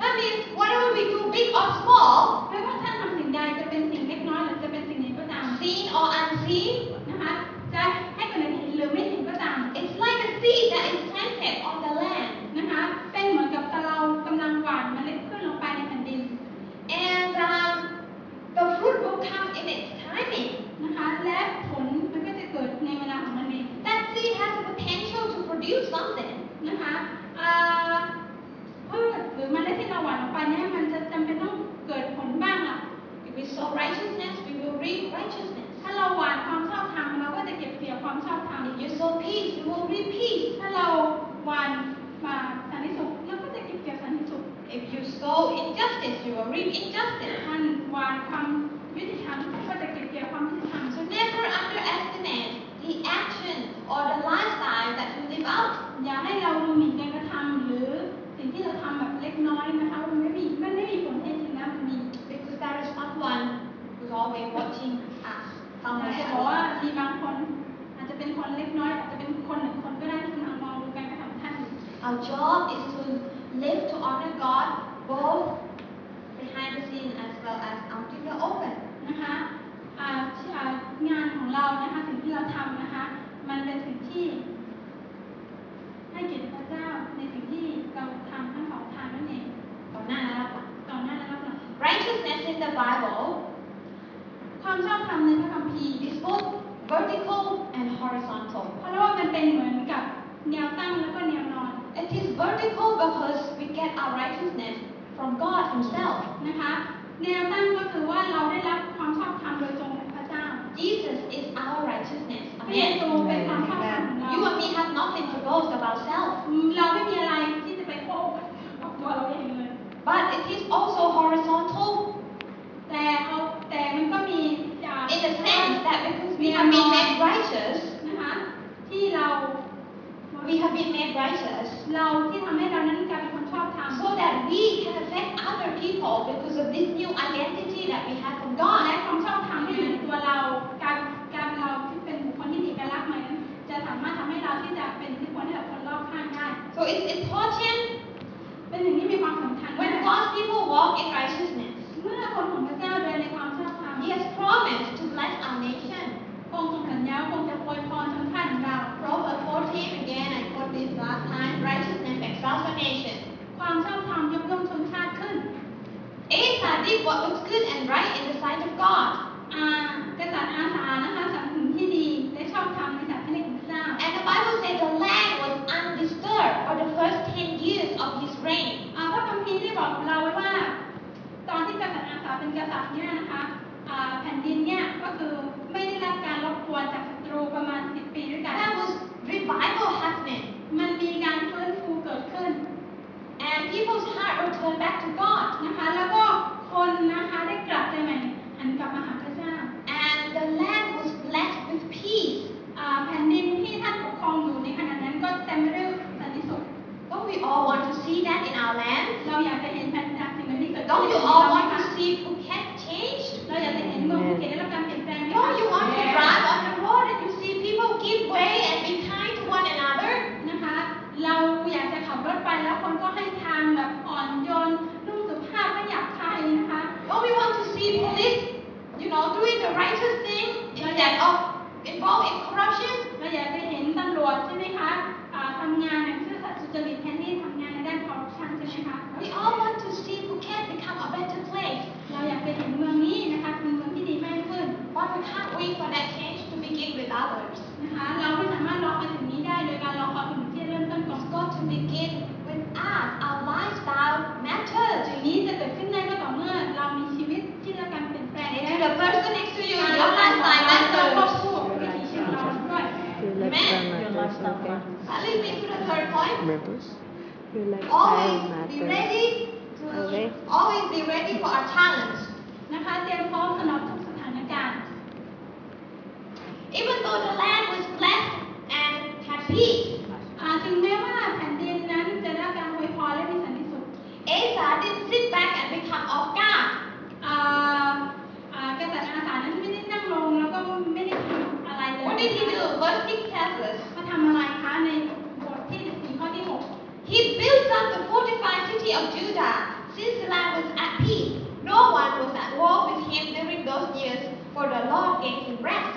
Speaker 2: That means whatever we do, big or small,
Speaker 1: ไม่ว่าท่านทำสิ่งใดจะเป็นสิ่งเล็กน้อยหรือจะเป็นสิ่งใหญ่ก็ตาม
Speaker 2: seen or unseen,
Speaker 1: นะคะจะให้คนอื่นเห็นหรือไม่เห็นก็ตาม
Speaker 2: it's like a seed that is planted on the land.
Speaker 1: นะคะเป็นเหมือนกับเรากำลังหว่านเมล็ดพืชลงไปในแผ่นดิน
Speaker 2: And um, the fruit will come in its timing.
Speaker 1: นะคะและผลมันก็จะเกิดในเวลาของมันเอง
Speaker 2: That seed has the potential to produce something.
Speaker 1: นะคะอ่าพืชหรือเมล็ดที่เราหว่านลงไปเนี่ยมันจะจำเป็นต้องเกิดผลบ้างล่ะ
Speaker 2: If we sow righteousness, we will reap righteousness.
Speaker 1: ถ้าเราหว่านความชอบธรรมเราก็จะเก็บเกี่ยวความชอบธรรม
Speaker 2: If you sow peace, you will reap peace.
Speaker 1: ถ้าเราหวานบาปสันติสุขเราก็จะเก็บเกี่ยวสันติสุข
Speaker 2: If you sow injustice, you will reap injustice.
Speaker 1: ท่านหวานความยุติธรรมท่านก็จะเก็บเกี่ยวความยุติธรรม
Speaker 2: So
Speaker 1: เช่น
Speaker 2: never underestimate the action or the lifestyle that you live out.
Speaker 1: อย่าให้เราดูหมิ่นการกระทำหรือสิ่งที่เราทำแบบเล็กน้อยนะคะมันไม่มีมันไม่มีผลแท้จริงนะมันมี
Speaker 2: Because there is someone who's always watching us.
Speaker 1: เรา
Speaker 2: Someone
Speaker 1: จะ
Speaker 2: at
Speaker 1: บอก
Speaker 2: all.
Speaker 1: ว่ามีบางคน อาจจะเป็นคนเล็กน้อย อาจจะเป็นคนหนึ่งคนก็ได้ที่กำลังมองดูการกระทำท่านอยู่
Speaker 2: Our job is to live to honor God both behind the scene as well as out in the open.
Speaker 1: นะคะอ่าที่อ่างานของเรานะคะสิ่งที่เราทำนะคะ มันเป็นสิ่งที่ ให้เกียรติพระเจ้าในสิ่งที่เราทำทั้งสองทางนั่นเอง
Speaker 2: Or not.
Speaker 1: ต่อหน้าและรับหลัง
Speaker 2: Righteousness in the Bible
Speaker 1: ความชอบธรรมในพระคัมภีร์
Speaker 2: is both vertical and horizontal.
Speaker 1: เพราะว่ามันเป็นเหมือนกับแนวตั้งแล้วก็แนวนอน
Speaker 2: It is vertical because we get our righteousness from God Himself.
Speaker 1: นะคะ แนวตั้งก็คือว่าเราได้รับความชอบธรรมโดยตรงจากพระเจ้า
Speaker 2: Jesus is our righteousness.
Speaker 1: พระเย
Speaker 2: Amen.
Speaker 1: ซูเป็นความชอบธรรมของเรา
Speaker 2: You and me have nothing to boast about self,
Speaker 1: เราไม่มีอะไรที่จะไปโค้กับตัวเราเองเลย
Speaker 2: but it is also horizontal
Speaker 1: แต่เอาแต่มันก็มีอ่า
Speaker 2: in the sense that because we have been made righteous,
Speaker 1: นะคะที่เรา
Speaker 2: we have been made righteous
Speaker 1: เราที่ทำให้เรานั้นกลายเป็นคนชอบธรรม
Speaker 2: so that we can affect other people because of this new identity that we have from
Speaker 1: และ
Speaker 2: God.
Speaker 1: ความชอบธรรมที่อยู่ในตัวเรา การการเราที่เป็นบุคคลที่มีเอกลักษณ์ใหม่นั้นจะสามารถทำให้เราที่จะเป็นที่คนให้กับคนรอบข้างได้
Speaker 2: So it's important
Speaker 1: เป็นสิ่งที่มีความสำคัญ
Speaker 2: when God's people walk in righteousness.
Speaker 1: เมื่อคนของพระเจ้าเดินในความชอบธรรม
Speaker 2: He has promised to bless our nation.
Speaker 1: องค์ทรงสัญญาว่าองค์จะอวยพรชนชาติของเรา
Speaker 2: Proverbs 14 again, I quote this last time, righteousness exalts a nation.
Speaker 1: ความชอบธรรมยกย่องชนชาติขึ้น
Speaker 2: Asa did what was good and right in the sight of God.
Speaker 1: อากษัตริย์อาสานะคะสำนึกที่ดีและชอบธรรมในศาสนาพระเจ้า
Speaker 2: And the Bible said the land was
Speaker 1: กษัตริย์เนี่ยนะคะอ่าแผ่นดินเนี่ยก็คือไม่ได้รับการรบกวนจากศัตรูประมาณ 10 ปีด้วยกัน
Speaker 2: There was revival happening,
Speaker 1: มันมีการฟื้นฟูเกิดขึ้น
Speaker 2: and people's heart were turned back to God,
Speaker 1: นะคะ แล้วก็คนนะคะได้กลับใจใหม่หันกลับมาหาพระเจ้า
Speaker 2: and the land was blessed with peace.
Speaker 1: อ่าแผ่นดินที่ท่านปกครองอยู่ในขณะนั้นก็เต็มไปด้วยสันติสุข
Speaker 2: Don't we all want to see that in our land?
Speaker 1: เราอยากจะเห็นแผ่นดินสิ่งนั้นที่เกิดขึ้น
Speaker 2: Don't you
Speaker 1: ใน
Speaker 2: all
Speaker 1: ชีวิตเราไหม
Speaker 2: want
Speaker 1: คะ
Speaker 2: to see Phuket changed?
Speaker 1: เราอยากจะเห็นเมืองภูเก็ตได้รับการเปลี่ยนแปลงไหมคะ
Speaker 2: Don't you want to drive on the road and you see people give way and be kind to one another?
Speaker 1: นะคะเราอยากจะขับรถไปแล้วคนก็ให้ทางแบบอ่อนโยนนุ่มสุภาพไม่หยาบคายนะคะ
Speaker 2: Don't we want to see police, you know, doing the righteous thing instead of involved in corruption?
Speaker 1: เราอยากจะเห็นตำรวจใช่ไหมคะอ่าทำงานอย่างซื่อสัตย์สุจริตแทนที่ทำงานในด้านคอร์รัปชันใช่ไหมคะ
Speaker 2: We all want to see Phuket become a better place,
Speaker 1: เราอยากจะเห็นเมืองนี้นะคะเป็นเมืองที่ดีมากขึ้น
Speaker 2: but we can't wait for that change to begin with others.
Speaker 1: นะคะ เราไม่สามารถรอมาถึงนี้ได้โดยการรอความถึงที่เริ่มต้นของ
Speaker 2: It's got to begin with us. Our lifestyle
Speaker 1: สิ่
Speaker 2: matters.
Speaker 1: งนี้จะเกิดขึ้นได้ก็ต่อเมื่อเรามีชีวิตที่ได้รับการเปลี่ยนแปลง
Speaker 2: And
Speaker 1: และ
Speaker 2: to the person next to you,
Speaker 1: การ
Speaker 2: your
Speaker 1: รับการสาย
Speaker 2: lifestyle
Speaker 1: งานจะควบ
Speaker 2: matters.
Speaker 1: คู่กับวิถีชีวิตเราด้วย
Speaker 3: Your lifestyle matters, okay?
Speaker 2: That leads me to the third point.
Speaker 3: Matters? Your lifestyle
Speaker 2: Always be
Speaker 3: matters.
Speaker 2: ready to
Speaker 3: Okay.
Speaker 2: always be ready for our talents.
Speaker 1: นะคะ เตรียมพร้อมสำหรับทุกสถานการณ์
Speaker 2: Even though the land was blessed and had peace,
Speaker 1: อ่าถึงแม้ว่าแผ่นดินนั้นจะได้รับการอวยพรและมีสันติสุข
Speaker 2: Asa didn't sit back and become off guard.
Speaker 1: อ่าอ่ากษัตริย์อาสานั้นไม่ได้นั่งลงแล้วก็ไม่ได้ทำอะไรเลย
Speaker 2: What did he do? Verse 6 tells us
Speaker 1: เขาทำอะไรคะในบทที่14ข้อที่
Speaker 2: He built up the fortified city of Judah since the land was at peace. No one was at war with him during those years, for the Lord gave him rest.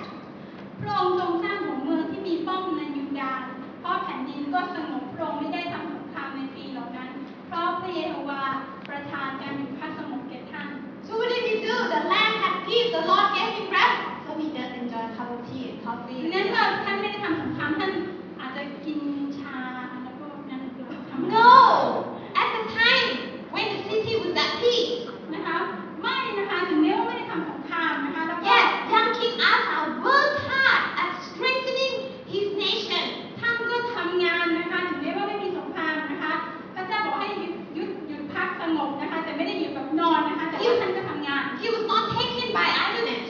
Speaker 1: 6พระองค์ทรงสร้างของเมืองที่มีป้อมในยูดาห์เพราะแผ่นดินก็สงบพระองค์ไม่ได้ทำสงครามในปีเหล่านั้น เพราะพระเยโฮวาประทานการอยู่ภาคสงบแก่ท่าน
Speaker 2: So what did he do? The land had peace. The Lord gave him rest. So he just enjoyed a cup of tea and
Speaker 1: ดั
Speaker 2: coffee.
Speaker 1: งนั้นถ้าท่านไม่ได้ทำสงครามท่านอาจจะกินชาแล้วก็นั่งดูทำ
Speaker 2: No! At the time when the city was at peace,
Speaker 1: นะคะไม่นะคะถึงแม้ว่าไม่ได้ทำสงครามนะคะแล้วก็
Speaker 2: yes, young King Asa worked hard at strengthening his nation.
Speaker 1: ท่านก็ทำงานนะคะถึงแม้ว่าไม่มีสงครามนะคะพระเจ้าบอกให้หยุดหยุดหยุดพักสงบนะคะแต่ไม่ได้หยุดแบบนอนนะคะแต่ว่าท่านก็ทำงาน
Speaker 2: He was not taken by idleness.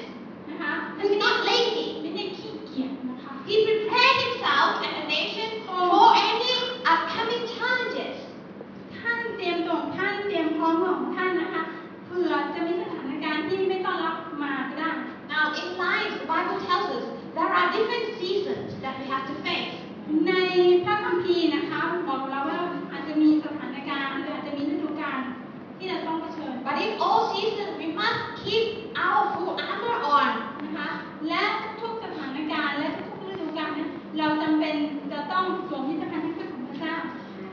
Speaker 1: นะคะท่าน
Speaker 2: He
Speaker 1: ไม่
Speaker 2: was
Speaker 1: ได้
Speaker 2: not lazy.
Speaker 1: ไม่ได้ขี้เกียจนะคะ
Speaker 2: He prepared himself and the nation for any upcoming challenges.
Speaker 1: ท่านเตรียมตัวของท่านเตรียมพร้อมของท่านนะคะเผื่อจะมีสถานการณ์ที่ไม่ต้อนรับมาก็ได้
Speaker 2: Now, in life, the Bible tells us there are different seasons that we have to face.
Speaker 1: ในพระคัมภีร์นะคะบอกเราว่าอาจจะมีสถานการณ์หรืออาจจะมีฤดูกาลที่เราต้องเผชิญ
Speaker 2: But in all seasons, we must keep our full armor on.
Speaker 1: นะคะและทุกสถานการณ์และทุกฤดูกาลนั้นเราจำเป็นจะต้องสวมยุทธภัณฑ์ที่เป็นของพระเจ้า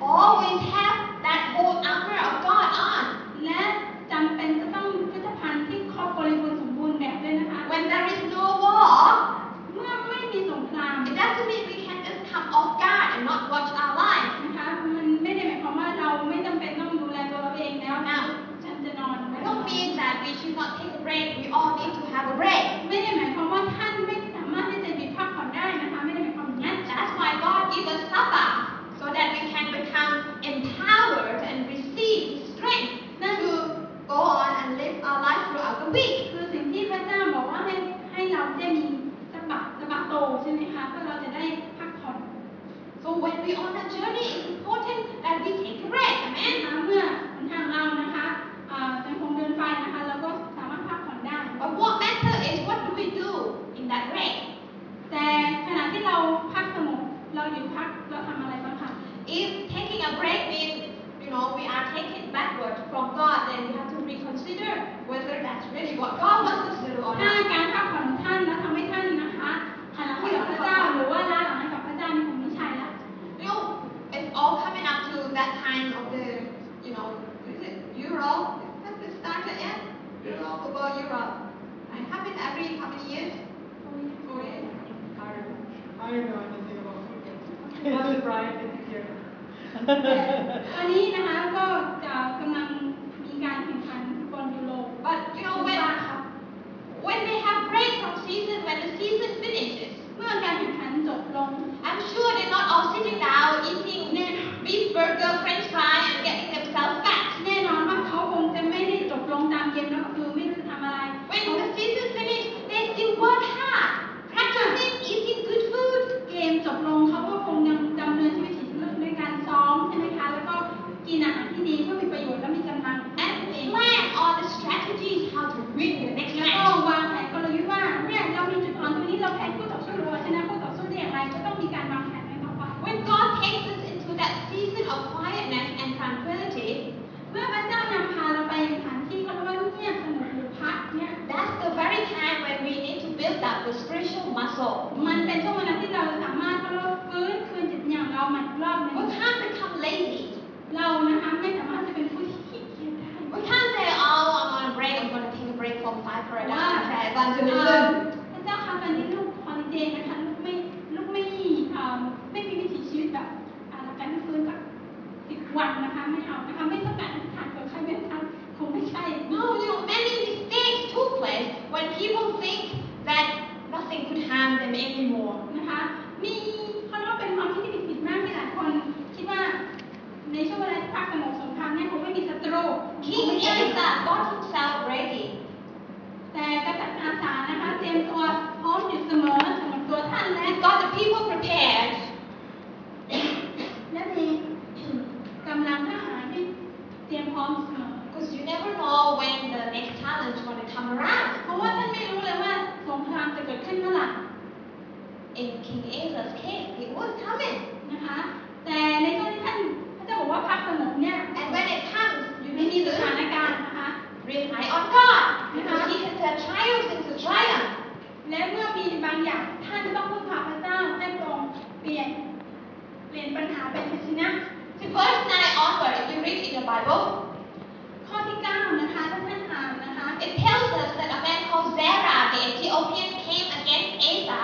Speaker 2: always have that whole armor of God on.
Speaker 1: และจำเป็นจะต้องยุทธภัณฑ์ที่ครอบบริบูรณ์สมบูรณ์แบบด้วยนะคะ
Speaker 2: When there is no war,
Speaker 1: เมื่อไม่มีสงคราม
Speaker 2: it doesn't mean we can just come off guard and not watch our life.
Speaker 1: นะคะมันไม่ได้หมายความว่าเราไม่จำเป็นต้องดูแลตัวเราเองแล้วนะฉันจะนอนไม่
Speaker 2: It
Speaker 1: ต้อง
Speaker 2: don't
Speaker 1: มี
Speaker 2: mean that we should not take a break. We all need to have a break.
Speaker 1: ไม่ได้หมายความว่าท่านไม่สามารถที่จะหยุดพักผ่อนได้นะคะไม่ได้หมายความอย่างนั้น
Speaker 2: That's why God gave us Sabbath so that we can become empowered and receive strength to go on and live our life throughout the week.
Speaker 1: คือสิ่งที่พระเจ้าบอกว่าให้ให้เราได้มีสะบักสะบักโตใช่ไหมคะเพื่อเราจะได้พักผ่อน
Speaker 2: So when we're on a journey, it's important that we take a break.
Speaker 1: แม้
Speaker 2: Amen.
Speaker 1: นะคะเมื่อหนทางเรานะคะอ่ายังคงเดินไปนะคะเราก็สามารถพักผ่อนได้
Speaker 2: But what matters is what do we do in that break?
Speaker 1: แต่ขณะที่เราพักสงบเราหยุดพักเราทำอะไรบ้างคะ
Speaker 2: If taking a break means, you know, we are taken backward from God, then we have to reconsider whether that's really what God wants us to do or
Speaker 1: ถ้า
Speaker 2: not.
Speaker 1: การพักผ่อนของท่านแล้วทำให้ท่านนะคะหันหลังให้กับพระเจ้าหรือว่าล้าหลังให้กับพระเจ้านี่คงไม่ใช่ละ
Speaker 2: You know, it's all coming up to that time of the, you know, is it Euro? Has it started yet? Euro, football Euro. It happens every how many years? Four years.
Speaker 4: I don't know anything about food. What's Brian in here?
Speaker 1: ตอนนี้นะคะก็จะกำลังมีการแข่งขันฟุตบอลยูโร
Speaker 2: But you know, when strategy is how to win the next
Speaker 1: แล้ว
Speaker 2: match.
Speaker 1: ก็วางแผนกลยุทธ์ว่าเนี่ยเรามีจุดอ่อนตรงนี้เราแพ้คู่ต่อสู้หรือว่าชนะคู่ต่อสู้ได้อย่างไรก็ต้องมีการวางแผนไว้ต่อไป
Speaker 2: When God takes us into that season of quietness and tranquility,
Speaker 1: เมื่อพระเจ้านำพาเราไปสถานที่เขาเรียกว่าเงียบสงบหรือพักเนี่ย
Speaker 2: that's the very time when we need to build up the spiritual muscle.
Speaker 1: มันเป็นช่วงเวลาที่เราสามารถเขาเรียกว่าฟื้นคืนจิตวิญญาณของเราใหม่อีกรอบหนึง
Speaker 2: We can't become lazy.
Speaker 1: เรานะคะไม่สามารถจะเป็นผู้ที่ขี้เกียจได้
Speaker 2: We can't say, oh, I'm on a break, I'm going to take a break from five Um, for a
Speaker 1: Wow.
Speaker 2: dance, okay, but
Speaker 1: พ
Speaker 2: to
Speaker 1: ระ
Speaker 2: listen.
Speaker 1: เจ้าคะตอนนี้ลูกฮอลิเดย์นะคะลูกไม่ลูกไม่เอ่อไม่มีวิถีชีวิตแบบอ่าหลักการฟื้นสักสิบวันนะคะไม่เอานะคะไม่ต้องการอธิษฐานเผื่อใครไม่อธิษฐานคงไม่ใช่
Speaker 2: No, you know, many mistakes took place when people think that nothing could harm them anymore.
Speaker 1: นะคะมีเขาเรียกว่าเป็นความคิดที่ผิดๆมากมีหลายคนคิดว่าในช่วงเวลาที่พักสงบสงครามเนี่ยคงไม่มีศัตรูคิด
Speaker 2: King
Speaker 1: ไม่ใช่
Speaker 2: Asa got himself ready.
Speaker 1: แต่กษัตริย์อาสานะคะเตรียมตัวพร้อมอยู่เสมอสำหรับตัวท่านและ
Speaker 2: He got the people prepared.
Speaker 1: และมีกำลังทหารที่เตรียมพร้อมเสมอ
Speaker 2: Because you never know when the next challenge going to come around.
Speaker 1: เพราะว่าท่านไม่รู้เลยว่าสงครามจะเกิดขึ้นเมื่อไหร่
Speaker 2: In King Asa's case, it was coming.
Speaker 1: นะคะ แต่ในช่วงที่ท่านพระเจ้าบอกว่าพักสงบเนี่ย
Speaker 2: And when it
Speaker 1: อยู่
Speaker 2: comes,
Speaker 1: ใน
Speaker 2: we
Speaker 1: ที่
Speaker 2: need
Speaker 1: สถาน
Speaker 2: to
Speaker 1: การณ์นะคะ
Speaker 2: rely on God. Because He can turn trials into triumph.
Speaker 1: และเมื่อมีบางอย่างท่านต้องพึ่งพาพระเจ้าให้ตรงเปลี่ยน เปลี่ยนปัญหาเป็นชัยชนะ
Speaker 2: To verse 9 onward, if you read in the Bible,
Speaker 1: ข้อที่เก้านะคะถ้าท่านอ่านนะคะ
Speaker 2: it tells us that a man called Zerah, the Ethiopian, came against Asa.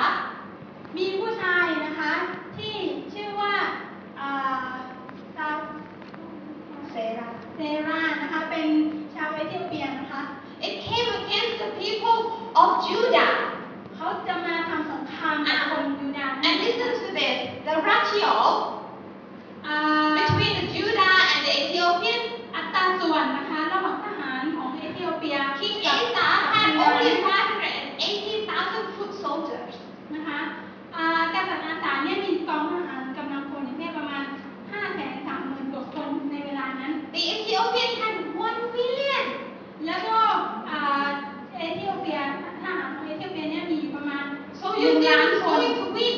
Speaker 1: มีผู้ชายนะคะที่ชื่อว่าอ่าซา
Speaker 2: Zerah.
Speaker 1: เซรานะคะ เป็นชาวเอธิโอเปียนะคะ
Speaker 2: It came against the people of Judah.
Speaker 1: เขาจะมาทำสงครามกับคนยูดาห์
Speaker 2: And listen to this the ratio
Speaker 1: อ่า
Speaker 2: between the Judah and the Ethiopian
Speaker 1: อัตราส่วนนะคะ ระหว่างทหารของเอธิโอเปีย
Speaker 2: King
Speaker 1: กับ
Speaker 2: Asa
Speaker 1: กับ
Speaker 2: had
Speaker 1: ยูดาห์
Speaker 2: only 180,000 foot soldiers.
Speaker 1: นะคะอ่ากษัตริย์อาสาเนี่ยมีกองทหารกำลังพลเนี่ยประมาณ 5 3 0 0 0 0กว่าคนในเวลานั้น
Speaker 2: The Ethiopian had 1 million.
Speaker 1: แล้วก็อ่าเอธิโอเปียทหารของเอธิโอเปียเนี่ยมีอยู่ประมาณ
Speaker 2: So
Speaker 1: หนึ่ง
Speaker 2: you think
Speaker 1: ล้าน
Speaker 2: he's
Speaker 1: คน
Speaker 2: going to win?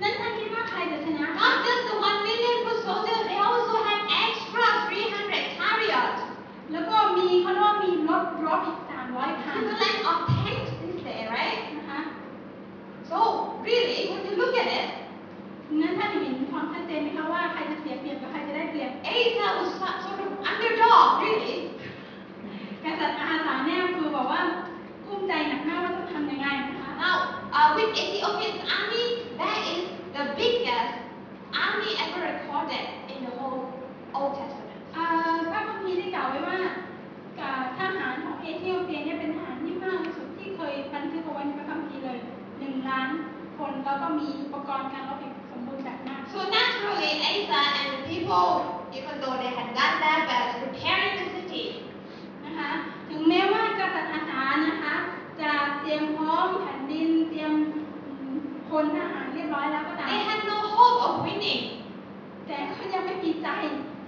Speaker 1: นั่นท่านคิดว่าใครจะชนะ
Speaker 2: Not just the 1 million foot soldiers, they also had extra 300 chariots.
Speaker 1: แล้วก็มีเขาเรียกว่ามีรถรบอีก 300 คัน
Speaker 2: Equivalent of tanks these days, right?
Speaker 1: นะคะ
Speaker 2: So really, when you look at it,
Speaker 1: นั้นท่านเห็นความชัดเจนไหมคะว่าใครจะเสียเปรียบกับใครจะได้เปรียบ
Speaker 2: Asa was some sort of underdog, really.
Speaker 1: กษัตริย์อาสาเนี่ยคือบอกว่ากุ้มใจหนักมากว่าต้องทำยังไงนะคะ
Speaker 2: Now, uh, with Ethiopian's army, that is the biggest army ever recorded in the whole Old Testament.
Speaker 1: อ่าพระคัมภีร์ได้กล่าวไว้ว่ากาทหารของเอธิโอเปียเนี่ยเป็นทหารที่มากที่สุดที่เคยบันทึกเอาไว้ในพระคัมภีร์เลยหนึ่งล้านคนแล้วก็มีอุปกรณ์การรบอีกสมบูรณ์แบบมาก
Speaker 2: So naturally, Asa and the people, even though they had done their best preparing the city,
Speaker 1: นะคะถึงแม้ว่ากษัตริย์อาสานะคะ จะเตรียมพร้อมแผ่นดินเตรียมคนทหารเรียบร้อยแล้วก็ตาม
Speaker 2: they had no hope of winning.
Speaker 1: แต่เขายังไม่มีใจ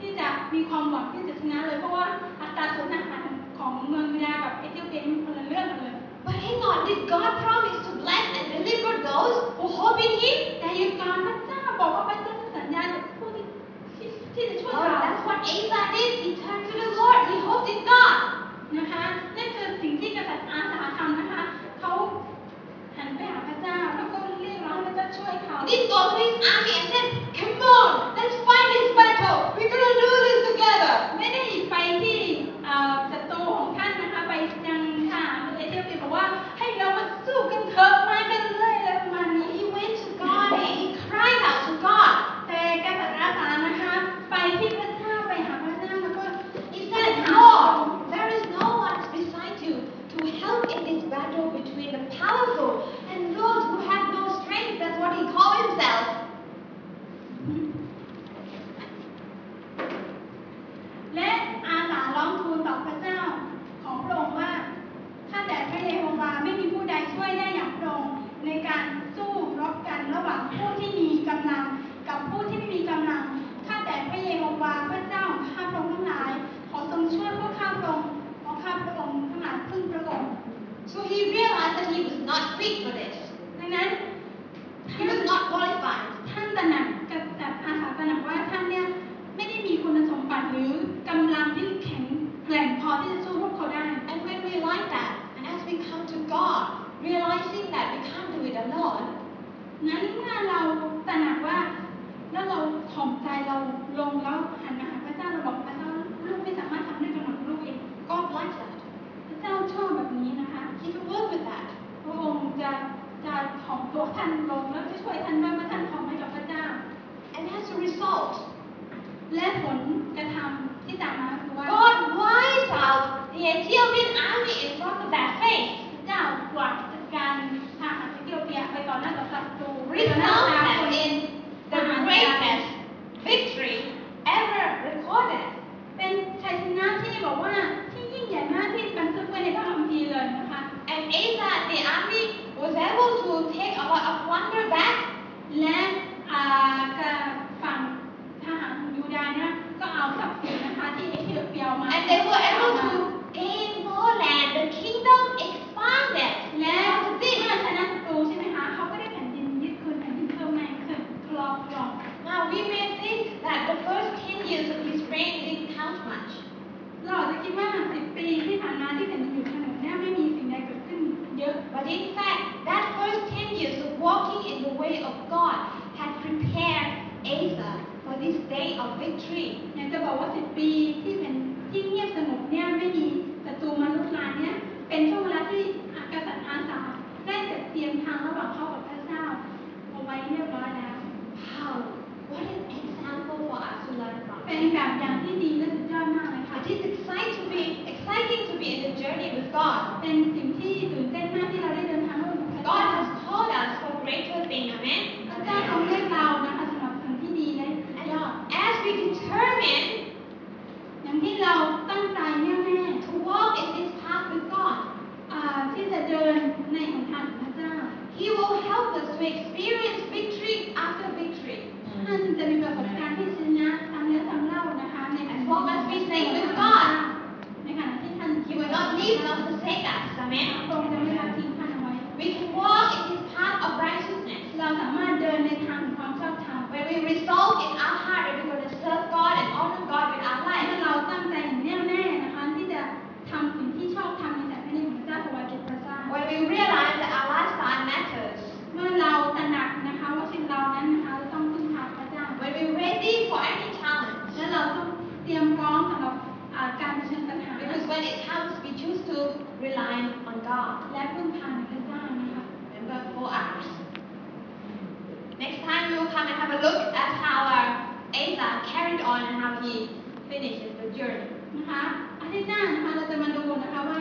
Speaker 1: ที่จะมีความหวังที่จะชนะเลย เพราะว่าอัตราส่วนทหารของเมืองมิดากับเอธิโอเปียมันคนละเรื่องกันเลย
Speaker 2: But hang on, did God promise to bless and deliver those who hope in Him?
Speaker 1: แต่ยุการพระเจ้าบอกว่าพระเจ้าจะสัญญากับผู้ที่ที่ที่จะช่วย
Speaker 2: Well,
Speaker 1: เรา
Speaker 2: that's what Asa did. He turned to the Lord. He hoped in God.
Speaker 1: นะคะนั่นคือสิ่งที่กษัตริย์อาสาทำนะคะเขาหันไปหาพระเจ้าแล้วก็เรียกร้องให้พระเจ้าช่วยเขา
Speaker 2: He didn't go to his army and said, "Come on, let's fight this battle. We're gonna do this together."
Speaker 1: ไม่ได้ไปที่เอ่อศัตรูของท่านนะคะ ไปยังทหารเอธิโอเปียบอกว่าให้เรามาสู้กันเถอะมากันเลยอะไรประมาณนี้
Speaker 2: He went to God and he cried out to God.
Speaker 1: แต่กษัตริย์อาสานะคะ ไปที่พระเจ้าไปหาพระเจ้าแล้วก็
Speaker 2: He said, No, there is no one beside you to help in this battle between the powerful and those who have no strength. That's what he called himself.
Speaker 1: และอาสาร้องทูลต่อพระเจ้าของพระองค์ว่า ข้าแต่พระเยโฮวาไม่มีผู้ใดช่วยได้อย่างพระองค์ในการสู้รบกันระหว่างผู้ที่มีกำลังกับผู้ที่ไม่มีกำลัง ข้าแต่พระเยโฮวาพระเจ้าของข้าพระองค์ทั้งหลาย ขอทรงช่วยพวกข้าพระองค์เพราะข้าพระองค์
Speaker 2: the Ethiopian army in front of their face.
Speaker 1: เจ้ากวาดจัดการทหารเอธิโอเปียไปต่อหน้าต่อศัตรูหรือต่อหน้าต่
Speaker 2: Result
Speaker 1: อตาคน
Speaker 2: them
Speaker 1: เอง
Speaker 2: in the greatest victory ever recorded.
Speaker 1: เป็นชัยชนะที่บอกว่าที่ยิ่งใหญ่มากที่บันทึกไว้ในพระคัมภีร์เลยนะคะ
Speaker 2: And Asa, the army, was able to take a lot of plunder back
Speaker 1: และอ่ากับฝั่งทหารของยูดาห์นะก็เอาทรัพย์สินนะคะที่เอธิโอเปียเอามา
Speaker 2: and they were able to gain more land. The kingdom expanded.
Speaker 1: และที่เมื่อชนะศัตรูใช่ไหมคะเขาก็ได้แผ่นดินยึดคืนแผ่นดินเพิ่มมากขึ้นคลองคลอง
Speaker 2: Now we may think that the first 10 years of his reign didn't count much.
Speaker 1: เราอาจจะคิดว่า 10 ปีที่ผ่านมาที่แผ่นดินอยู่ถนนเนี่ยไม่มีสิ่งใดเกิดขึ้นเยอะ
Speaker 2: But in fact, that first 10 years of walking in the way of God had prepared Asa for this day of victory.
Speaker 1: อยากจะบอกว่า 10 ปีที่เป็นที่เงียบสงบเนี่ยไม่มีศัตรูมาลุกลานเนี่ยเป็นช่วงเวลาที่กษัตริย์อาสาได้จัดเตรียมทางระหว่างเขากับพระเจ้าเอาไว้เรียบร้อยแล้ว
Speaker 2: Wow, what an example for us to learn from.
Speaker 1: เป็นแบบอย่างที่ดีและสุดยอดมากเลยค่ะ
Speaker 2: It
Speaker 1: ที่
Speaker 2: is exciting to be exciting to be in the journey with God.
Speaker 1: เป็นสิ่งที่ตื่นเต้นมากที่เราได้เดินทางร่วมกับพระ
Speaker 2: God
Speaker 1: เจ้า
Speaker 2: has called us for greater things, amen.
Speaker 1: พระเจ้าทรงเลือกเรานะคะสำหรับสิ่งที่ดีและสุดยอด
Speaker 2: And as we determine
Speaker 1: อย่างที่เราตั้งใจแน่วแน่
Speaker 2: to walk in this path with God,
Speaker 1: อ่า uh, ที่จะเดินในหนทางของพระเจ้า
Speaker 2: He will help us to experience victory after victory.
Speaker 1: Hmm. ท่านจะมีประสบการณ์ที่ชนะตามเนื้อตามเล่านะคะในแบบว่ามันไม่ใช่เรื่องก่อนในขณะที่ท่าน
Speaker 2: He will not leave nor forsake us,
Speaker 1: แม่
Speaker 2: amen.
Speaker 1: พระองค์จะไม่ละทิ้งท่านเอาไว้
Speaker 2: We can walk in this path of righteousness.
Speaker 1: เราสามารถเดินในทางของความชอบธรรม
Speaker 2: When we resolve in our heart that we're going to serve God and honor God with our
Speaker 1: และถ้า
Speaker 2: life,
Speaker 1: เราตั้งใจอย่างแน่วแน่นะคะที่จะทำสิ่งที่ชอบทำในแบบนี้ของพระเจ้าถวายแด่พระเจ้า
Speaker 2: when we realize that our lifestyle matters,
Speaker 1: เมื่อเราตระหนักนะคะว่าชีวิตเรานั้นนะคะเราต้องพึ่งพาพระเจ้า
Speaker 2: when we're ready for any challenge,
Speaker 1: และเราต้องเตรียมพร้อมสำหรับอ่าการเผชิญปัญหา
Speaker 2: because when it comes, we choose to rely on God.
Speaker 1: และพึ่งพาในพระเจ้านะคะ
Speaker 2: remember four hours. Next time we will come and have a look at how our Asa carried on and how he finishes the journey.
Speaker 1: นะคะอาทิตย์หน้านะคะเราจะมาดูนะคะว่า